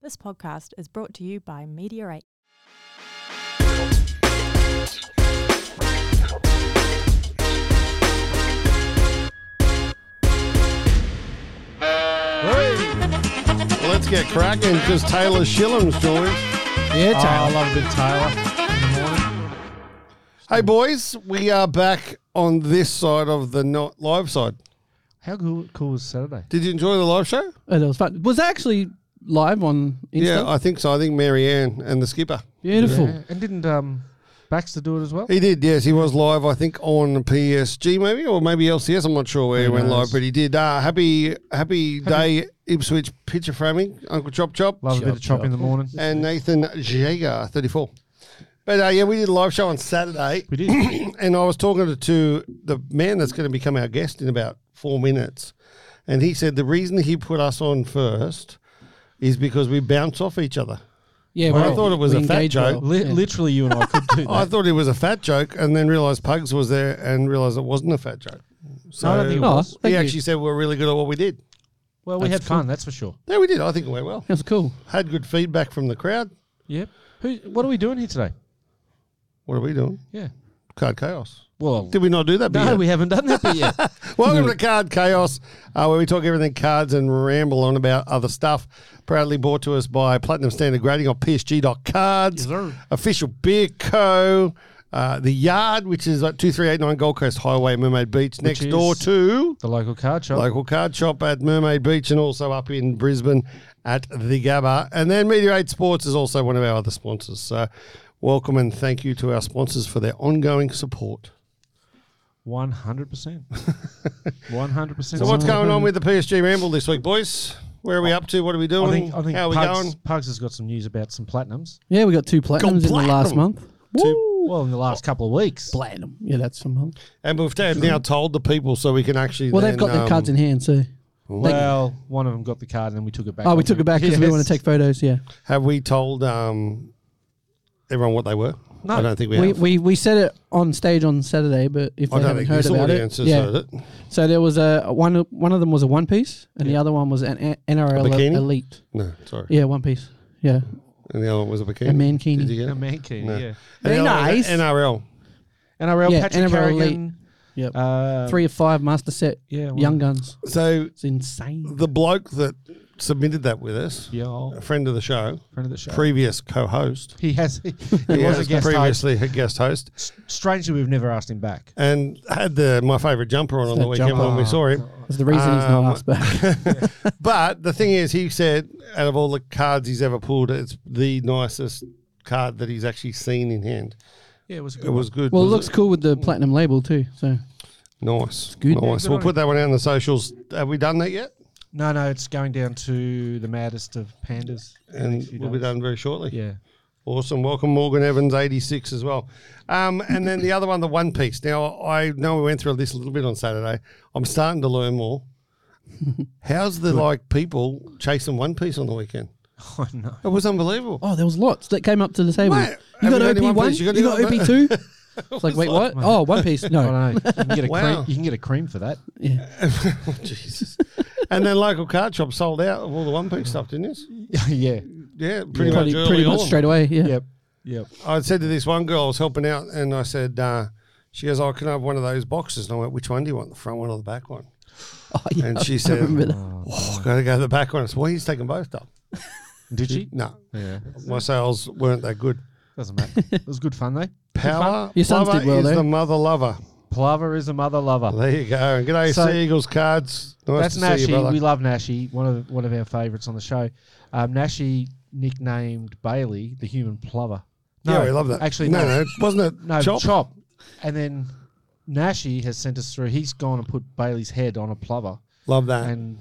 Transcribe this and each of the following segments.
This podcast is brought to you by Meteorate. Well, let's get cracking because Tyler Shillums joins. Yeah, Tyler. Oh, I love a bit of Taylor. Hey, boys, we are back on this side of the not live side. How cool, cool was Saturday? Did you enjoy the live show? Oh, that was fun. Was that actually live on Yeah, Insta? I think so. I think Mary Ann and the skipper. Beautiful. Yeah. And didn't um, Baxter do it as well? He did, yes. He was live, I think, on PSG maybe, or maybe LCS. I'm not sure where he went live, knows? but he did. Uh, happy, happy day, Ipswich Pitcher Framing, Uncle Chop Chop, Love a bit of chop chop. in the morning. and Nathan Jaeger, 34. But uh, yeah, we did a live show on Saturday. We did. and I was talking to, to the man that's going to become our guest in about four minutes, and he said the reason he put us on first is because we bounce off each other. Yeah, Well, I we- thought it was we a fat engage joke. well. Li- Yeah. Literally, you and I could do that. I thought it was a fat joke, and then realised Pugs was there, and realised it wasn't a fat joke. So No, I don't think it Oh, was. he thank you. actually said we are really good at what we did. Well, we had That's fun, that's for sure. Yeah, we did. I think it went well. That was cool. Had good feedback from the crowd. Yep. Who, what are we doing here today? What are we doing? Yeah. Card chaos. Well, Did we not do that? no, Bea? we haven't done that bit yet. Welcome Mm-hmm. to Card Chaos, uh, where we talk everything cards and ramble on about other stuff. Proudly brought to us by Platinum Standard Grading on PSG.cards, sir. Official Beer Co., uh, The Yard, which is at 2389 Gold Coast Highway, Mermaid Beach, next is- door to the local card shop. local card shop at Mermaid Beach and also up in Brisbane at the Gabba. And then Meteorate Sports is also one of our other sponsors. So welcome and thank you to our sponsors for their ongoing support. 100%. 100%. So what's Mm-hmm. going on with the PSG Ramble this week, boys? Where are we up to? What are we doing? I think, I think How are we Pugs, going? Pugs has got some news about some platinums. Yeah, we got two platinums in the last platinum. month. Woo! Well, in the last couple of weeks. Platinum. Yeah, that's from month. And we've t- now told the people so we can actually. Well, then, they've got their um, cards in hand, so. Well, one of them got the card and then we took it back. Oh, we off took him. it back because we Yes. want to take photos, yeah. Have we told um, everyone what they were? No. I don't think we, We, have. we, we said it on stage on Saturday, but if I don't they haven't think this heard about audience it, has yeah. heard it. So there was a one. One of them was a one piece, and the Yeah. other one was an a- NRL bikini? elite. No, sorry. Yeah, one piece. Yeah, And the other one was a bikini. A mankini. Did you get it? A Mankini, No. yeah. And the Very other one was nice. a NRL. NRL Yeah, Patrick NRL elite. Carrigan. Yep. Uh, three of five master set. Yeah, well- young guns. So It's insane. the bloke that submitted that with us, Yeah, old a friend of the show, friend of the show. previous co-host, he has. He, he was a guest host. previously a guest host, S- Strangely, we've never asked him back. and had the my favourite jumper on on that the weekend jumper. when we saw him. That's the reason he's Um, not asked back. But the thing is, he said out of all the cards he's ever pulled, it's the nicest card that he's actually seen in hand. Yeah, it was. A good It was good. well, it was looks cool with the platinum label too. So nice. good. Nice. Yeah, we'll good put that one out on the socials. Have we done that yet? No, no, it's going down to the maddest of pandas. in the And next few we'll be days. done very shortly. Yeah. Awesome. Welcome, Morgan Evans, 86 as well. Um, and then the other one, the One Piece. Now, I know we went through this a little bit on Saturday. I'm starting to learn more. How's the like people chasing One Piece on the weekend? Oh no. It was unbelievable. oh, there was lots that came up to the table. Mate, you have you got got OP any one. One Piece? You got, OP two. It's like wait, what? Oh, one piece. I No. don't know. You can get a Wow. cream. You can get a cream for that. Oh, Jesus. and then local card shop sold out of all the One Piece stuff, didn't it? yeah. Yeah, pretty much. Oh. Pretty, early pretty much on. straight away. Yeah. Yep. Yep. I said to this one girl I was helping out, and I said, uh, she goes, oh, can I have one of those boxes? And I went, which one do you want, the front one or the back one? Oh, yeah. And she I said, remember that. oh, i got to go to the back one. I said, well, he's taking both up. Did she? No, Yeah. my sales weren't that good. Doesn't matter. it was good fun though. Power Your sons lover did well is there. the mother lover. Plover is a mother lover. There you go. And good day, So- Sea Eagles cards. Nice That's to see you, Nashi. brother. We love Nashi. One of one of our favourites on the show. Um, Nashi nicknamed Bailey the human plover. yeah, we love that. Actually, no, no, no, wasn't it? no, Chop? chop. And then Nashi has sent us through. He's gone and put Bailey's head on a plover, Love that. and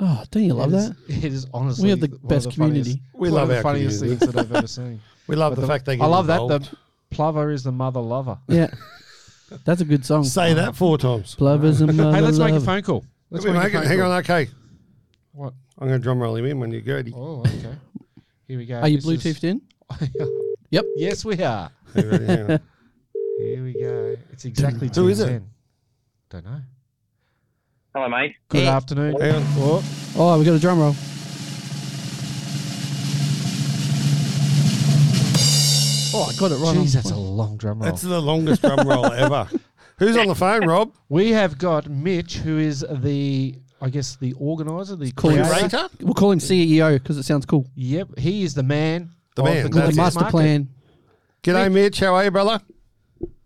Oh, don't you love it is- that? It is honestly We have the one of best community. funniest- We one love of our the funniest community. things that I've ever seen. we love But the, fact they get I love involved. that the plover is the mother lover. Yeah. That's a good song. Say that four times. Lovers and Hey, let's make a love. phone call. Let's Wait, hang, on- hang on, okay. What? I'm going to drum roll him in when you go. He Oh, okay. Here we go. Are you This is- Bluetoothed in? Yep. yes, we are. really- hang on. Here we go. It's exactly Who two is it? ten. Don't know. Hello, mate. Good afternoon. Hang on. Oh, we got a drum roll. Oh, I got it right. Jeez, on that's a long drum roll. That's the longest drum roll ever. Who's on the phone, Rob? We have got Mitch, who is the, I guess, the organizer, the Call him creator. Ray. Curator? We'll call him CEO because it sounds cool. Yep, he is the man. The of man, That's it. Got the content master market. plan. G'day, Mitch. How are you, brother?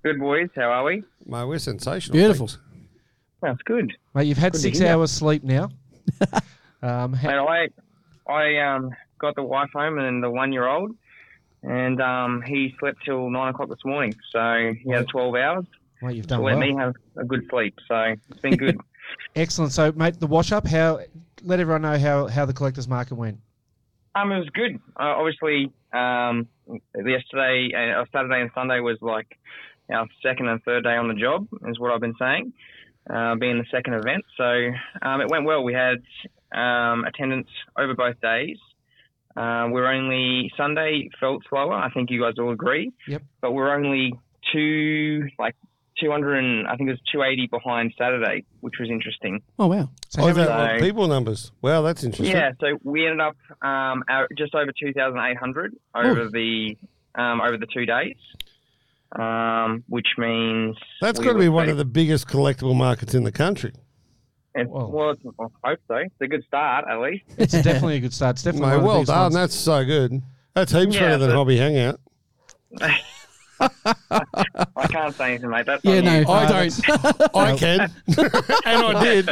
Good boys, how are we? Mate, we're sensational. Beautiful. thanks. That's good. Mate, you've had Good to six hear. hours sleep now. um, ha- And I, I um, got the wife home and the one-year-old, and um, he slept till nine o'clock this morning. So he had twelve hours mate, you've to done let well. me have a good sleep. So it's been good. Excellent. So, mate, the wash up. How? Let everyone know how how the collectors market went. Um, it was good. Uh, obviously, um, yesterday, uh, Saturday and Sunday was like our second and third day on the job, is what I've been saying, uh, being the second event. So um, it went well. We had um, attendance over both days. Uh, we're only Sunday felt slower. I think you guys all agree. Yep. But we're only two like. 200 and I think it was 280 behind Saturday, which was interesting. Oh wow. So, Oh, how is many, that on Hello. people numbers. Wow, that's interesting. Yeah, so we ended up um, at just over two thousand eight hundred over the um, over the two days, um, which means That's we got to be were one safe. of the biggest collectible markets in the country. It, Whoa. well, it's- well, I hope so. It's a good start at least. it's definitely a good start. It's definitely Mate, one of the well biggest done. ones. That's so good. That's heaps Yeah, better than but- Hobby Hangout. I can't say anything, mate. That's Yeah, on no, you. I uh, don't. I can. and I did.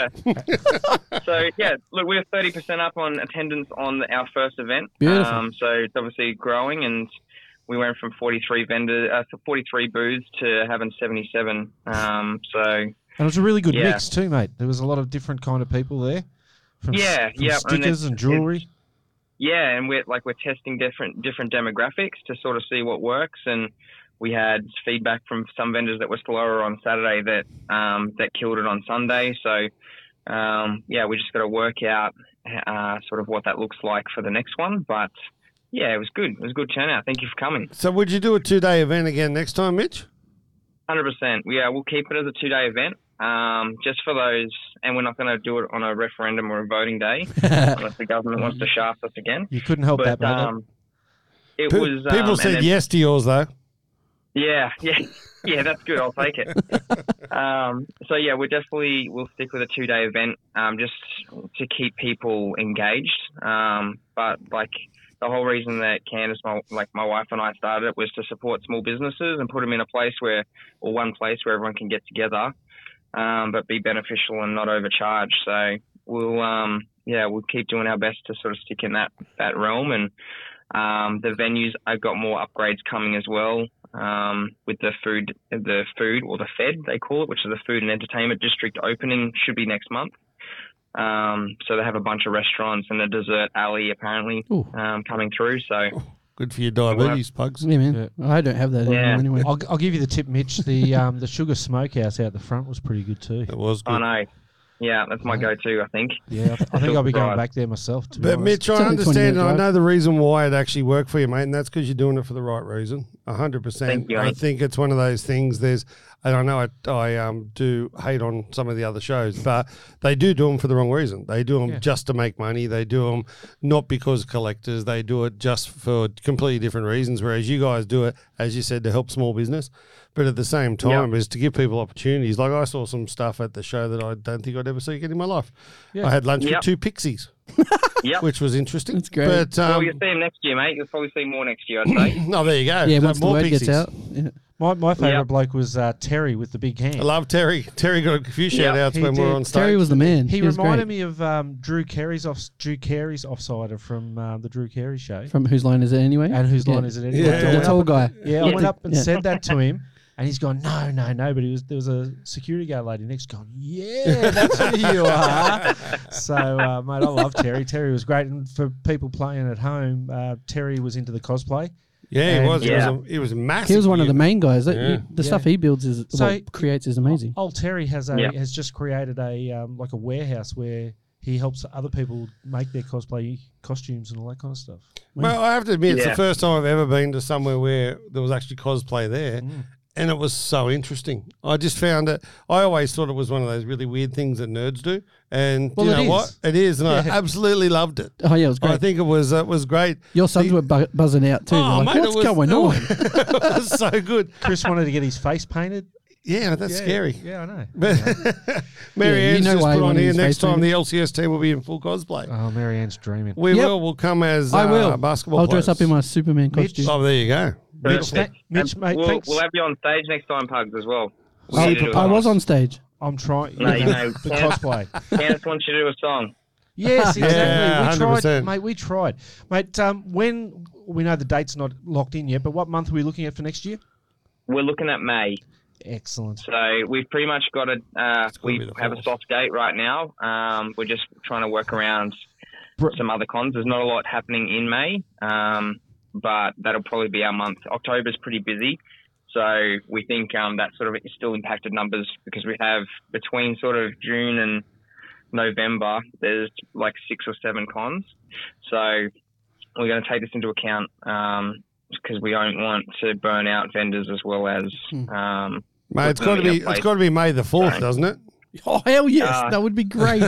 so yeah, look, we're thirty percent up on attendance on our first event. Beautiful. Um, so it's obviously growing, and we went from forty-three vendors, uh, forty-three booths to having seventy-seven. Um, so And it was a really good Yeah. mix too, mate. There was a lot of different kind of people there. From, s- Yeah, from yeah, and Stickers it's- and, jewelry. yeah, and we're like we're testing different different demographics to sort of see what works. And we had feedback from some vendors that were slower on Saturday that um, that killed it on Sunday. So um, yeah, we just got to work out uh, sort of what that looks like for the next one. But yeah, it was good. It was a good turnout. Thank you for coming. So, would you do a two day event again next time, Mitch? Hundred percent. Yeah, we'll keep it as a two day event. Um, just for those, and we're not going to do it on a referendum or a voting day unless the government wants to shaft us again. You couldn't help that, But mate. um, it Pe- was um, people and said then- yes to yours, though. Yeah, yeah, yeah. That's good. I'll take it. um, so yeah, we're definitely we'll stick with a two day event um, just to keep people engaged. Um, but like the whole reason that Candace, my, like my wife and I started it was to support small businesses and put them in a place where or one place where everyone can get together, um, but be beneficial and not overcharge. So we'll um, yeah we'll keep doing our best to sort of stick in that that realm and. Um, the venues, I've got more upgrades coming as well um, with the food, the food or the Fed they call it, which is the Food and Entertainment District opening should be next month. Um, so they have a bunch of restaurants and a dessert alley apparently Ooh. um, coming through. So Good for your diabetes, pugs. Yeah, man. I don't have that Yeah. anymore anyway. I'll, I'll give you the tip, Mitch. The um, the Sugar Smokehouse out the front was pretty good too. It was I good. know, yeah, that's my go-to. I think. Yeah, I, th- I Oh, think I'll be going Right. back there myself. To be But honest. Mitch, It's I only a 20 understand. and minute I drive. know the reason why it actually worked for you, mate, and that's because you're doing it for the right reason. hundred percent. Thank you, I mate. think it's one of those things. There's, and I know I, I um, do hate on some of the other shows, but they do do them for the wrong reason. They do them Yeah. just to make money. They do them not because collectors. They do it just for completely different reasons. Whereas you guys do it, as you said, to help small business, but at the same time is to give people opportunities. Like I saw some stuff at the show that I don't think I'd ever see again in my life. Yeah. I had lunch Yep. with two pixies Yep. which was interesting. That's great. But well, um, you'll see him next year, mate. You'll probably see more next year, I'd say. no, there you go. yeah, So once the more word pixies. gets out. Yeah. my, my favourite Yeah. bloke was uh, Terry with the big hand. I love Terry. Terry got a few Yeah, shout outs he when we did. were on stage. Terry was the man. He, was reminded great. me of um, Drew Carey's off Drew Carey's offsider from uh, the Drew Carey show. From whose line is it anyway? and whose line Yeah. is it anyway? Yeah. I The went tall up, guy. yeah, I Yeah. went up and Yeah. said that to him, and he's going, "No, no, no." But he was there was a security guard lady next, going, "Yeah, that's who you are." so, uh, mate, I love Terry. Terry was great, and for people playing at home, uh, Terry was into the cosplay. yeah, he And- was. Yeah. He was, a, he was massive. He was one of the main guys. That, Yeah. The stuff he builds is So- Oh, well, creates is amazing. Old Terry has a Yeah. has just created a um, like a warehouse where he helps other people make their cosplay costumes and all that kind of stuff. Well, I have to admit, it's the Yeah. Mm. first time I've ever been to somewhere where there was actually cosplay there. and it was so interesting. I just found it. I always thought it was one of those really weird things that nerds do, and Well, you it know is. what? It is, and I absolutely loved it. Oh yeah, it was I great. think it was it was great. Oh, Your sons were bu- buzzing out too. They're like, it What's was- going it on? was- it was so good. Chris wanted to get his face painted. Yeah, that's Yeah, scary. Yeah, I know. But Mary Yeah, you Ann's know just why put one on of here. these Next face time paintings- the LCS team will be in full cosplay. Oh, Mary Ann's dreaming. we Uh, Yep. will. We'll come as I uh, will. basketball. I'll dress players. up in my Superman Mitch- costume. Oh, there you go. Mitch, Perfect. tha- Mitch, And mate, we'll, thanks. Oh, we'll have you on stage next time, Pugs, as well. We I- need to do a I was song. on stage. I'm trying. No, you know, the Cam- cosplay. Candace wants you to do a song. Yes, exactly. Yeah, we 100%. tried, mate. We tried, mate. Um, when we know the date's not locked in yet, but what month are we looking at for next year? We're looking at May, Excellent. so we've pretty much got a. Uh, gonna be we the have a fourth. soft date right now. Um, we're just trying to work around Br- some other cons. There's not a lot happening in May, um, but that'll probably be our month. October's pretty busy, so we think um, that sort of still impacted numbers because we have between sort of June and November, there's like six or seven cons. So we're going to take this into account because we don't want to burn out vendors as well as. Hmm. Um, Mate, it's Put got to them in be. a It's place. got to be May the fourth, Right. doesn't it? Oh hell yes, Uh, that would be great.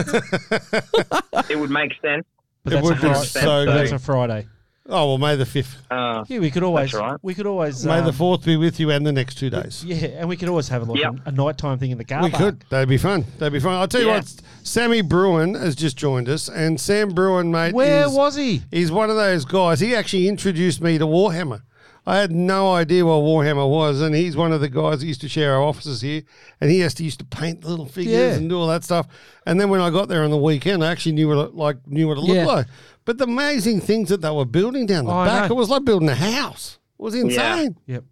it would make sense. But It that's, would a be Friday. so But that's good. a Friday. Oh well, May the fifth. Uh, Yeah, we could always. That's all right. We could always. May the um, fourth be with you and the next two days. Yeah, and we could always have like Yep. a, a nighttime thing in the car. We park. could. That'd be fun. That'd be fun. I'll tell you Yeah. what. Sammy Bruin has just joined us, and Sam Bruin, mate, Where is- was he? He's one of those guys. He actually introduced me to Warhammer. I had no idea what Warhammer was, and he's one of the guys that used to share our offices here. And he has to used to paint little figures Yeah. and do all that stuff. And then when I got there on the weekend, I actually knew what it, like knew what it looked Yeah. like. But the amazing things that they were building down the Oh, I back, know. it was like building a house. It was insane. Yep.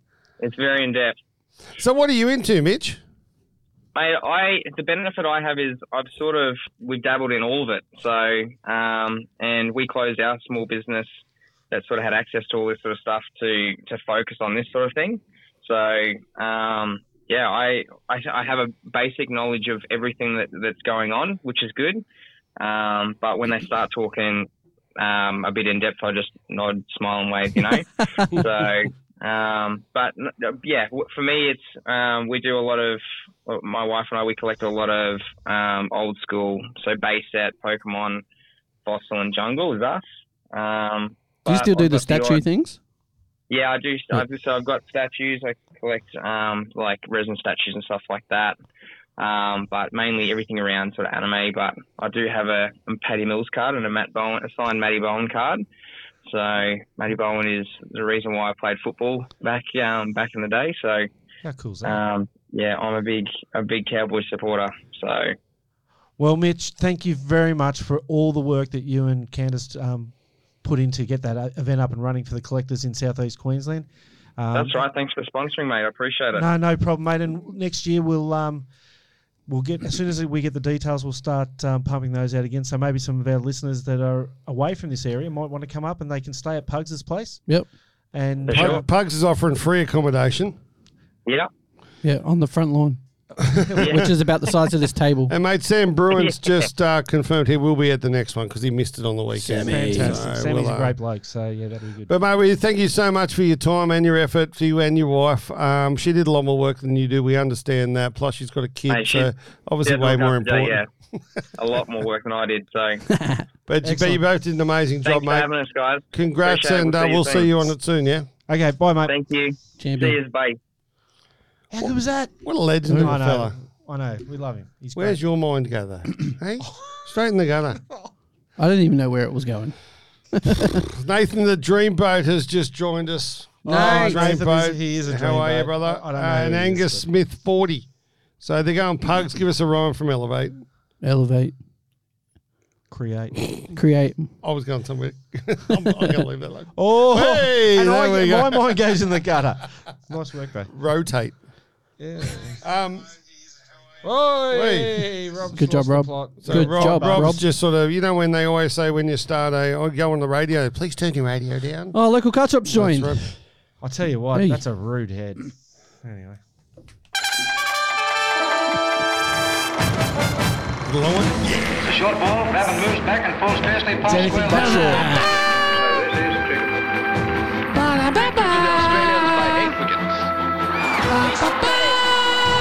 it's very in depth. So what are you into, Mitch? Mate, I the benefit I have is I've sort of we've dabbled in all of it. So um, and we closed our small business that sort of had access to all this sort of stuff to to focus on this sort of thing. So um, yeah, I, I I have a basic knowledge of everything that, that's going on, which is good. Um, but when they start talking um, a bit in depth, I just nod, smile, and wave. You know. so, um, but n- yeah, w- for me, it's um, we do a lot of well, my wife and I we collect a lot of um, old school, so base set, Pokemon, fossil, and jungle is us. Um, do you but still do I've the got odd- statue things? yeah, I do. Hmm. I've, so I've got statues. I collect um, like resin statues and stuff like that. Um, but mainly everything around sort of anime. But I do have a, a Patty Mills card and a Matt Bowen, a signed Matty Bowen card. So Matty Bowen is the reason why I played football back um, back in the day. So How cool's that? um, yeah, I'm a big a big Cowboy supporter. So well, Mitch, thank you very much for all the work that you and Candace um, put in to get that uh, event up and running for the collectors in southeast Queensland. Um, that's right. Thanks for sponsoring, mate. I appreciate it. No, no problem, mate. And next year we'll um, we'll get as soon as we get the details, we'll start um, pumping those out again. So maybe some of our listeners that are away from this area might want to come up and they can stay at Pugs's place. Yep. And For sure. Pugs is offering free accommodation. Yeah. Yeah, on the front lawn, yeah. which is about the size of this table. And mate, Sam Bruin's just uh, confirmed he will be at the next one because he missed it on the weekend. fantastic. So Sammy's we'll, a uh, great bloke, so yeah, that'll be good. But mate, we thank you so much for your time and your effort for you and your wife. Um, she did a lot more work than you do. We understand that. Plus, she's got a kid, Mate, she- so obviously Yeah, way look, more uh, important. Yeah, a lot more work than I did. So thanks But, you, but you Excellent. both did an amazing job, for mate. having us, guys. Congrats, Appreciate it. and We'll uh, see you we'll soon. see you on it soon. Yeah. okay, bye, mate. Thank you. See Champion. you, bye. How good was that? What a legend of I a know. fella. oh. I know. We love him. He's Where's your mind go though? hey, straight in the gutter. I didn't even know where it was going. Nathan, the Dreamboat has just joined us. Nate. Dreamboat. Nathan is- he is a How are you, Dreamboat. brother? I- I don't know Uh, who and he is, Angus but- Smith, forty. So they're going pugs. Give us a rhyme from Elevate. Elevate, create. create. I was going somewhere. I'm, I'm going to leave that alone. Oh, Hey, and there I, we go. my mind goes in the gutter. nice work, though. Rotate. Yeah. Um, Oi, Rob's Good job, lost the Rob. plot. so Good Rob, job, Rob's Rob. just sort of, you know, when they always say when you start a, I go on the radio, please turn your radio down. Oh, local car shop's That's joined. right. I'll tell you what, Hey. that's a rude head. Anyway. The long one? The short ball, Babbitt moves back and falls fastly past anything square but leg. short. So this is cricket. Australians by eight wickets.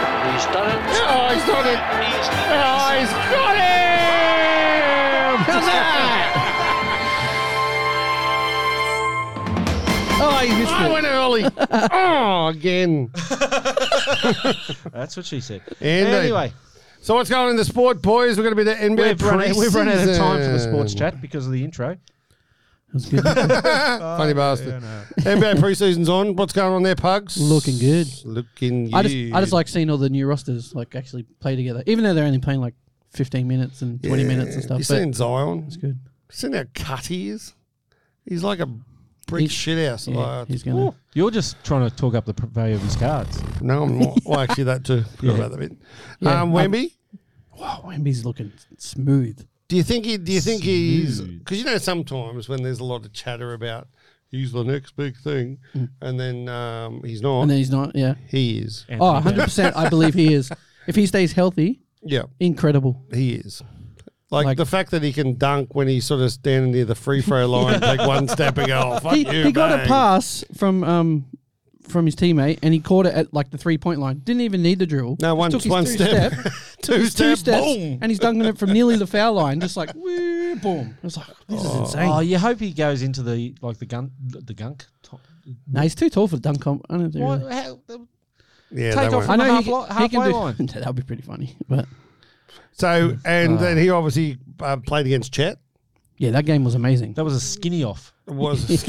Oh, he's done it. Oh, he's got him. How's that? Oh, he missed I it. went early. Oh, again. That's what she said. Indeed. Anyway, So what's going on in the sport, boys? We're going to be the NBA we've run, out, we've run out of time for the preseason. sports chat because of the intro. Uh, That's good. Funny bastard. NBA preseason's on. What's going on there, Pugs? Looking good. Looking. I just I good. just like seeing all the new rosters like actually play together, even though they're only playing like 15 minutes and 20 minutes and stuff. You But seen Zion? it's good. You seen how cut he is? He's like a brick He's- shit house. Yeah, like, he's gonna. You're just trying to talk up the pr- value of his cards. No, I'm not. well, actually, that too. Forgot about that bit. Yeah, um, I'm- Wemby, Wow, Oh, Wemby's looking smooth. do you think he? Do you think he's? Smooth. Because you know, sometimes when there's a lot of chatter about he's the next big thing, and then um, he's not. Mm. And then he's not. Yeah. he is. Anthony Oh, 100 percent. I believe he is. If he stays healthy, Yeah, incredible. he is. Like, Like- the fact that he can dunk when he's sort of standing near the free throw line, take one step and go, oh, fuck he you, he got a bang." pass from um from his teammate, and he caught it at like the three point line. Didn't even need the dribble. No, Just one, took his one two step. step, two his step. two steps, boom. and he's dunking it from nearly the foul line, just like woo, boom. I was like, this is insane. Oh, you hope he goes into the like the gun the gunk. To- no, he's too tall for the dunk. Comp- I don't think. What? really- How, Yeah, Take they off won't. I know he, Half he can halfway do. line. that would be pretty funny, but So, and then he obviously uh, played against Chet. yeah, that game was amazing. that was a skinny off. Was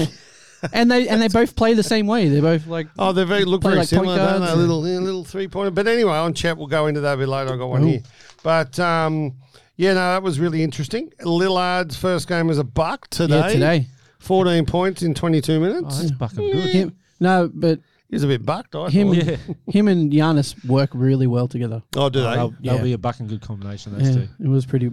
and they and they both play the same way. They both like oh, they very look Play very like point similar, don't they? guards and- Little yeah, little three pointer. But anyway, on Chet, we'll go into that a bit later. I got one Ooh. here, but um, yeah, no, that was really interesting. Lillard's first game was a buck today. yeah today. Oh, fourteen points in twenty-two minutes. That's fucking good. Him, no, but He was a bit bucked. I him, thought. Yeah. him and Giannis work really well together. Oh, do They'll, they? they'll Yeah. be a bucking good combination. Those Yeah, two. it was pretty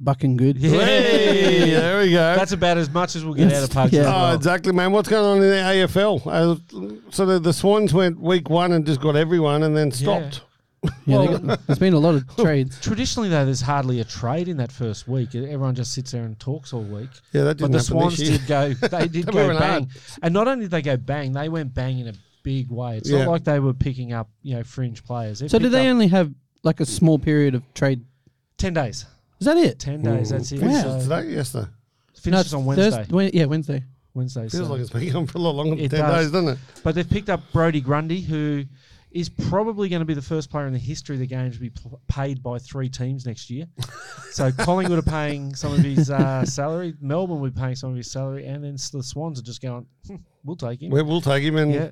bucking good. Yeah. Hey, there we go. That's about as much as we'll get out of pugs. Yeah. as Oh, well. exactly, man. What's going on in the AFL? Uh, so the, the Swans went week one and just got everyone, and then stopped. Yeah, they got, there's been a lot of trades. Traditionally, though, there's hardly a trade in that first week. E, Everyone just sits there and talks all week. Yeah, that didn't But the happen Swans this year. did go. They did They go went bang, hard. and not only did they go bang, they went bang in a big way. It's Yeah. not like they were picking up, you know, fringe players. So do picked they up only have like a small period of trade? ten days? Is that it? Ten days. That's it. Finishes So Is that yesterday? finishes No, on it's Wednesday. Thurs- Wed- yeah, Wednesday. Wednesday. Feels so- like it's been on for a lot longer than It 10 does. days, doesn't it? But they've picked up Brody Grundy, who is probably going to be the first player in the history of the game to be pl- paid by three teams next year. so Collingwood are paying some of his uh, salary, Melbourne will be paying some of his salary, and then s- the Swans are just going, "Hmm, we'll take him. We, we'll take him. And, Yeah.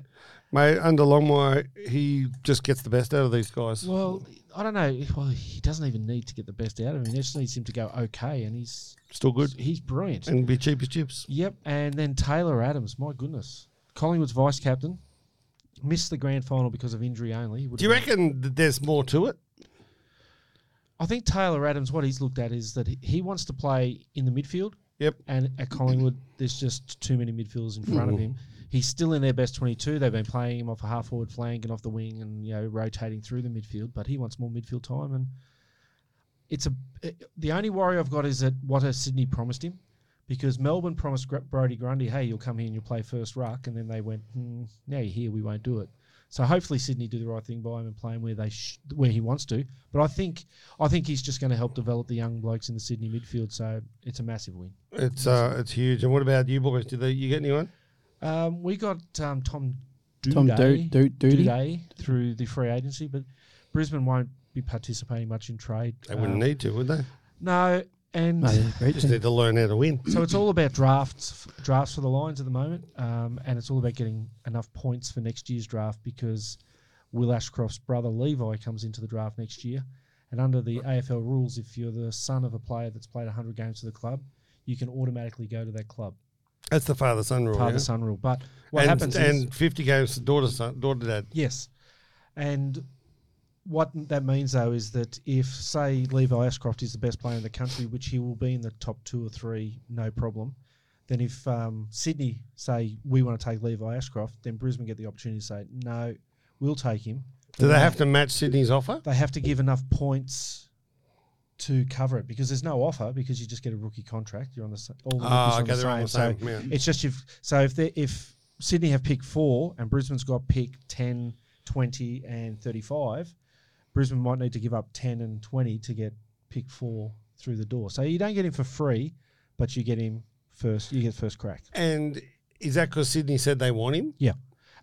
mate, under Longmire, he just gets the best out of these guys. Well, I don't know. Well, he doesn't even need to get the best out of him. He just needs him to go okay, and he's Still good. he's brilliant. And be cheap as chips. Yep, and then Taylor Adams. My goodness, Collingwood's vice captain missed the grand final because of injury only. He would Do you have been- reckon that there's more to it? I think Taylor Adams, what he's looked at is that he- he wants to play in the midfield. Yep. And at Collingwood, there's just too many midfielders in front of him. He's still in their best 22. They've been playing him off a half forward flank and off the wing and, you know, rotating through the midfield, but he wants more midfield time. And it's a it- the only worry I've got is that what has Sydney promised him? Because Melbourne promised Gr- Brody Grundy, hey, you'll come here and you'll play first ruck. And then they went, hmm, now you're here, we won't do it. So hopefully Sydney do the right thing by him and play him where they sh- where he wants to. But I think I think he's just going to help develop the young blokes in the Sydney midfield. So it's a massive win. It's uh, it's huge. And what about you boys? Did they, you get anyone? Um, we got um, Tom Duday, Tom Do- Do- Doody? Duday through the free agency, but Brisbane won't be participating much in trade. They wouldn't Um, need to, would they? No, and No, they're a great Just team. need to learn how to win. so it's all about drafts, f- drafts for the Lions at the moment, um, and it's all about getting enough points for next year's draft because Will Ashcroft's brother Levi comes into the draft next year, and under the AFL rules, if you're the son of a player that's played 100 games for the club, you can automatically go to that club, That's the father son rule. father Oh, yeah? son rule. But what and, happens is, and 50 games to daughter son, uh, daughter dad. Yes. And what n- that means, though, is that if, say, Levi Ashcroft is the best player in the country, which he will be in the top two or three, no problem, then if um, Sydney say, we want to take Levi Ashcroft, then Brisbane get the opportunity to say, no, we'll take him. Do they have to match Sydney's offer? They have to give enough points to cover it because there's no offer because you just get a rookie contract. You're on the same. All the Ah, rookies on okay, they're on the So same. yeah. it's just if so if they if Sydney have pick four and Brisbane's got pick 10, 20 and 35, Brisbane might need to give up 10 and 20 to get pick four through the door. So you don't get him for free, but you get him first. You get first crack. And is that because Sydney said they want him? Yeah.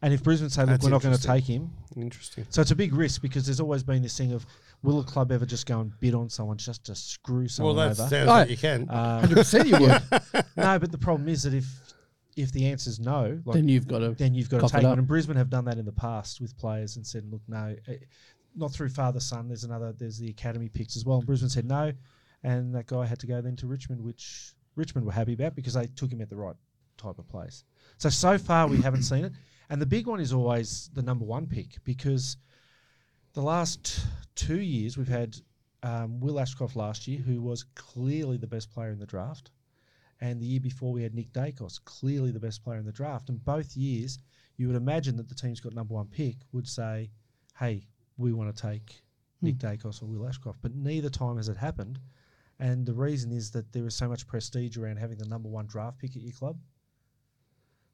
And if Brisbane say, look, That's we're not going to interesting. take him, Interesting. so it's a big risk because there's always been this thing of will a club ever just go and bid on someone just to screw Well, someone that over? sounds Oh, like you can. Um, Hundred percent, you would. no, but the problem is that if if the answer's no, like, Then you've got to. then you've got cough to it take up. one. And Brisbane have done that in the past with players and said, look, no, eh, not through father son. There's another. There's the academy picks as well. And Brisbane said no, and that guy had to go then to Richmond, which Richmond were happy about because they took him at the right type of place. So so far we haven't seen it. And the big one is always the number one pick because the last two years we've had um, Will Ashcroft last year, who was clearly the best player in the draft. And the year before, we had Nick Dacos, clearly the best player in the draft. And both years, you would imagine that the team's got number one pick would say, hey, we want to take Nick Dacos or Will Ashcroft. But neither time has it happened. And the reason is that there is so much prestige around having the number one draft pick at your club.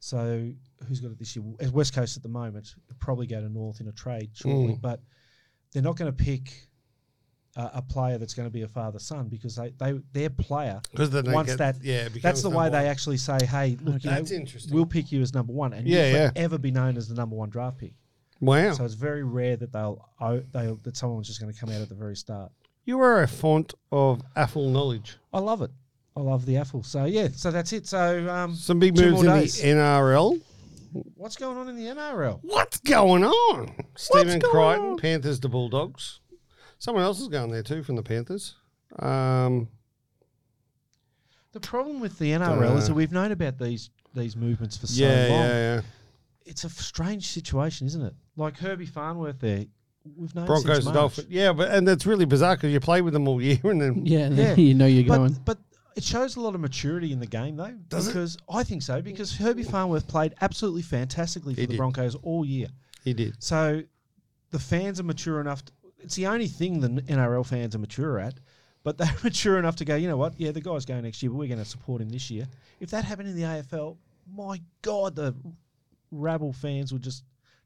So who's got it this year? At West Coast at the moment, it'll probably go to North in a trade shortly, but they're not going to pick a, a player that's going to be a father son because they, they their player Because they don't once get- that yeah, it that's becomes the number way one. they actually say, hey, look, you know, That's interesting. we'll pick you as number one, and Yeah, you'll yeah. forever be known as the number one draft pick. Wow. So it's very rare that they'll, oh, they'll that someone's just going to come out at the very start. you are a font of affle knowledge. I love it. I love the apple. So yeah, so that's it. So um, Some big two moves more in days. the NRL. What's going on in the NRL? What's going on? Stephen going Crichton, on? Panthers to Bulldogs. Someone else is going there too from the Panthers. Um, The problem with the NRL is that we've known about these these movements for so yeah, long. yeah, yeah. It's a f- strange situation, isn't it? Like Herbie Farnworth, there we've known Broncos and since March. Dolphins. Yeah, but and that's really bizarre because you play with them all year and then Yeah, Yeah. then you know you're but, going. But it shows a lot of maturity in the game, though. Does it? because I think so. Because Herbie Farnworth played absolutely fantastically for He the did. Broncos all year. he did. So the fans are mature enough. To, it's the only thing the NRL fans are mature at. But they're mature enough to go, you know what? Yeah, the guy's going next year, but we're going to support him this year. If that happened in the AFL, my God, the rabble fans would just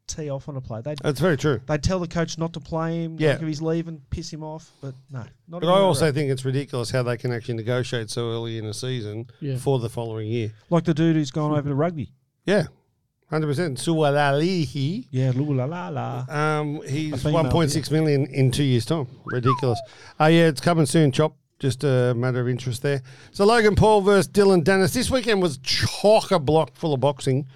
tee off on a play. They'd, That's very true. they'd tell the coach not to play him, Yeah. like if he's leaving, piss him off. But no, not But in I the also NRL. think it's ridiculous how they can actually negotiate so early in a season Yeah. for the following year. like the dude who's gone over to rugby. Yeah, hundred percent. Suwalalihi. Yeah, loo la la la. Um, he's female, one point six million in two years' time. Ridiculous. Uh, yeah, it's coming soon, Chop. Just a matter of interest there. So Logan Paul versus Dylan Dennis. This weekend was chock a block full of boxing,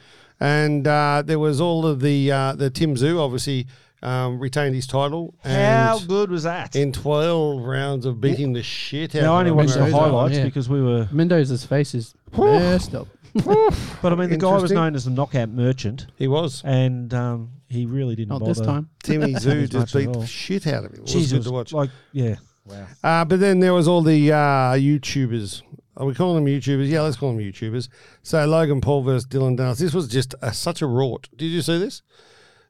and uh, there was all of the uh, the Tim Zoo obviously um, retained his title. How and good was that? in twelve rounds of beating the shit out. Now, I only of watched the Mendoza, highlights yeah. because we were. Mendoza's face is messed up. But I mean, the guy was Interesting. known as the knockout merchant, He was and um, he really didn't Not bother. this time. Timmy Zoo Not just much at beat all. the shit out of him. It was Jeez, it good was to watch. Like, yeah. Wow. Uh, but then there was all the uh, YouTubers. Are we calling them YouTubers? Yeah, let's call them YouTubers. So Logan Paul versus Dylan Danos. This was just a, such a rort. Did you see this?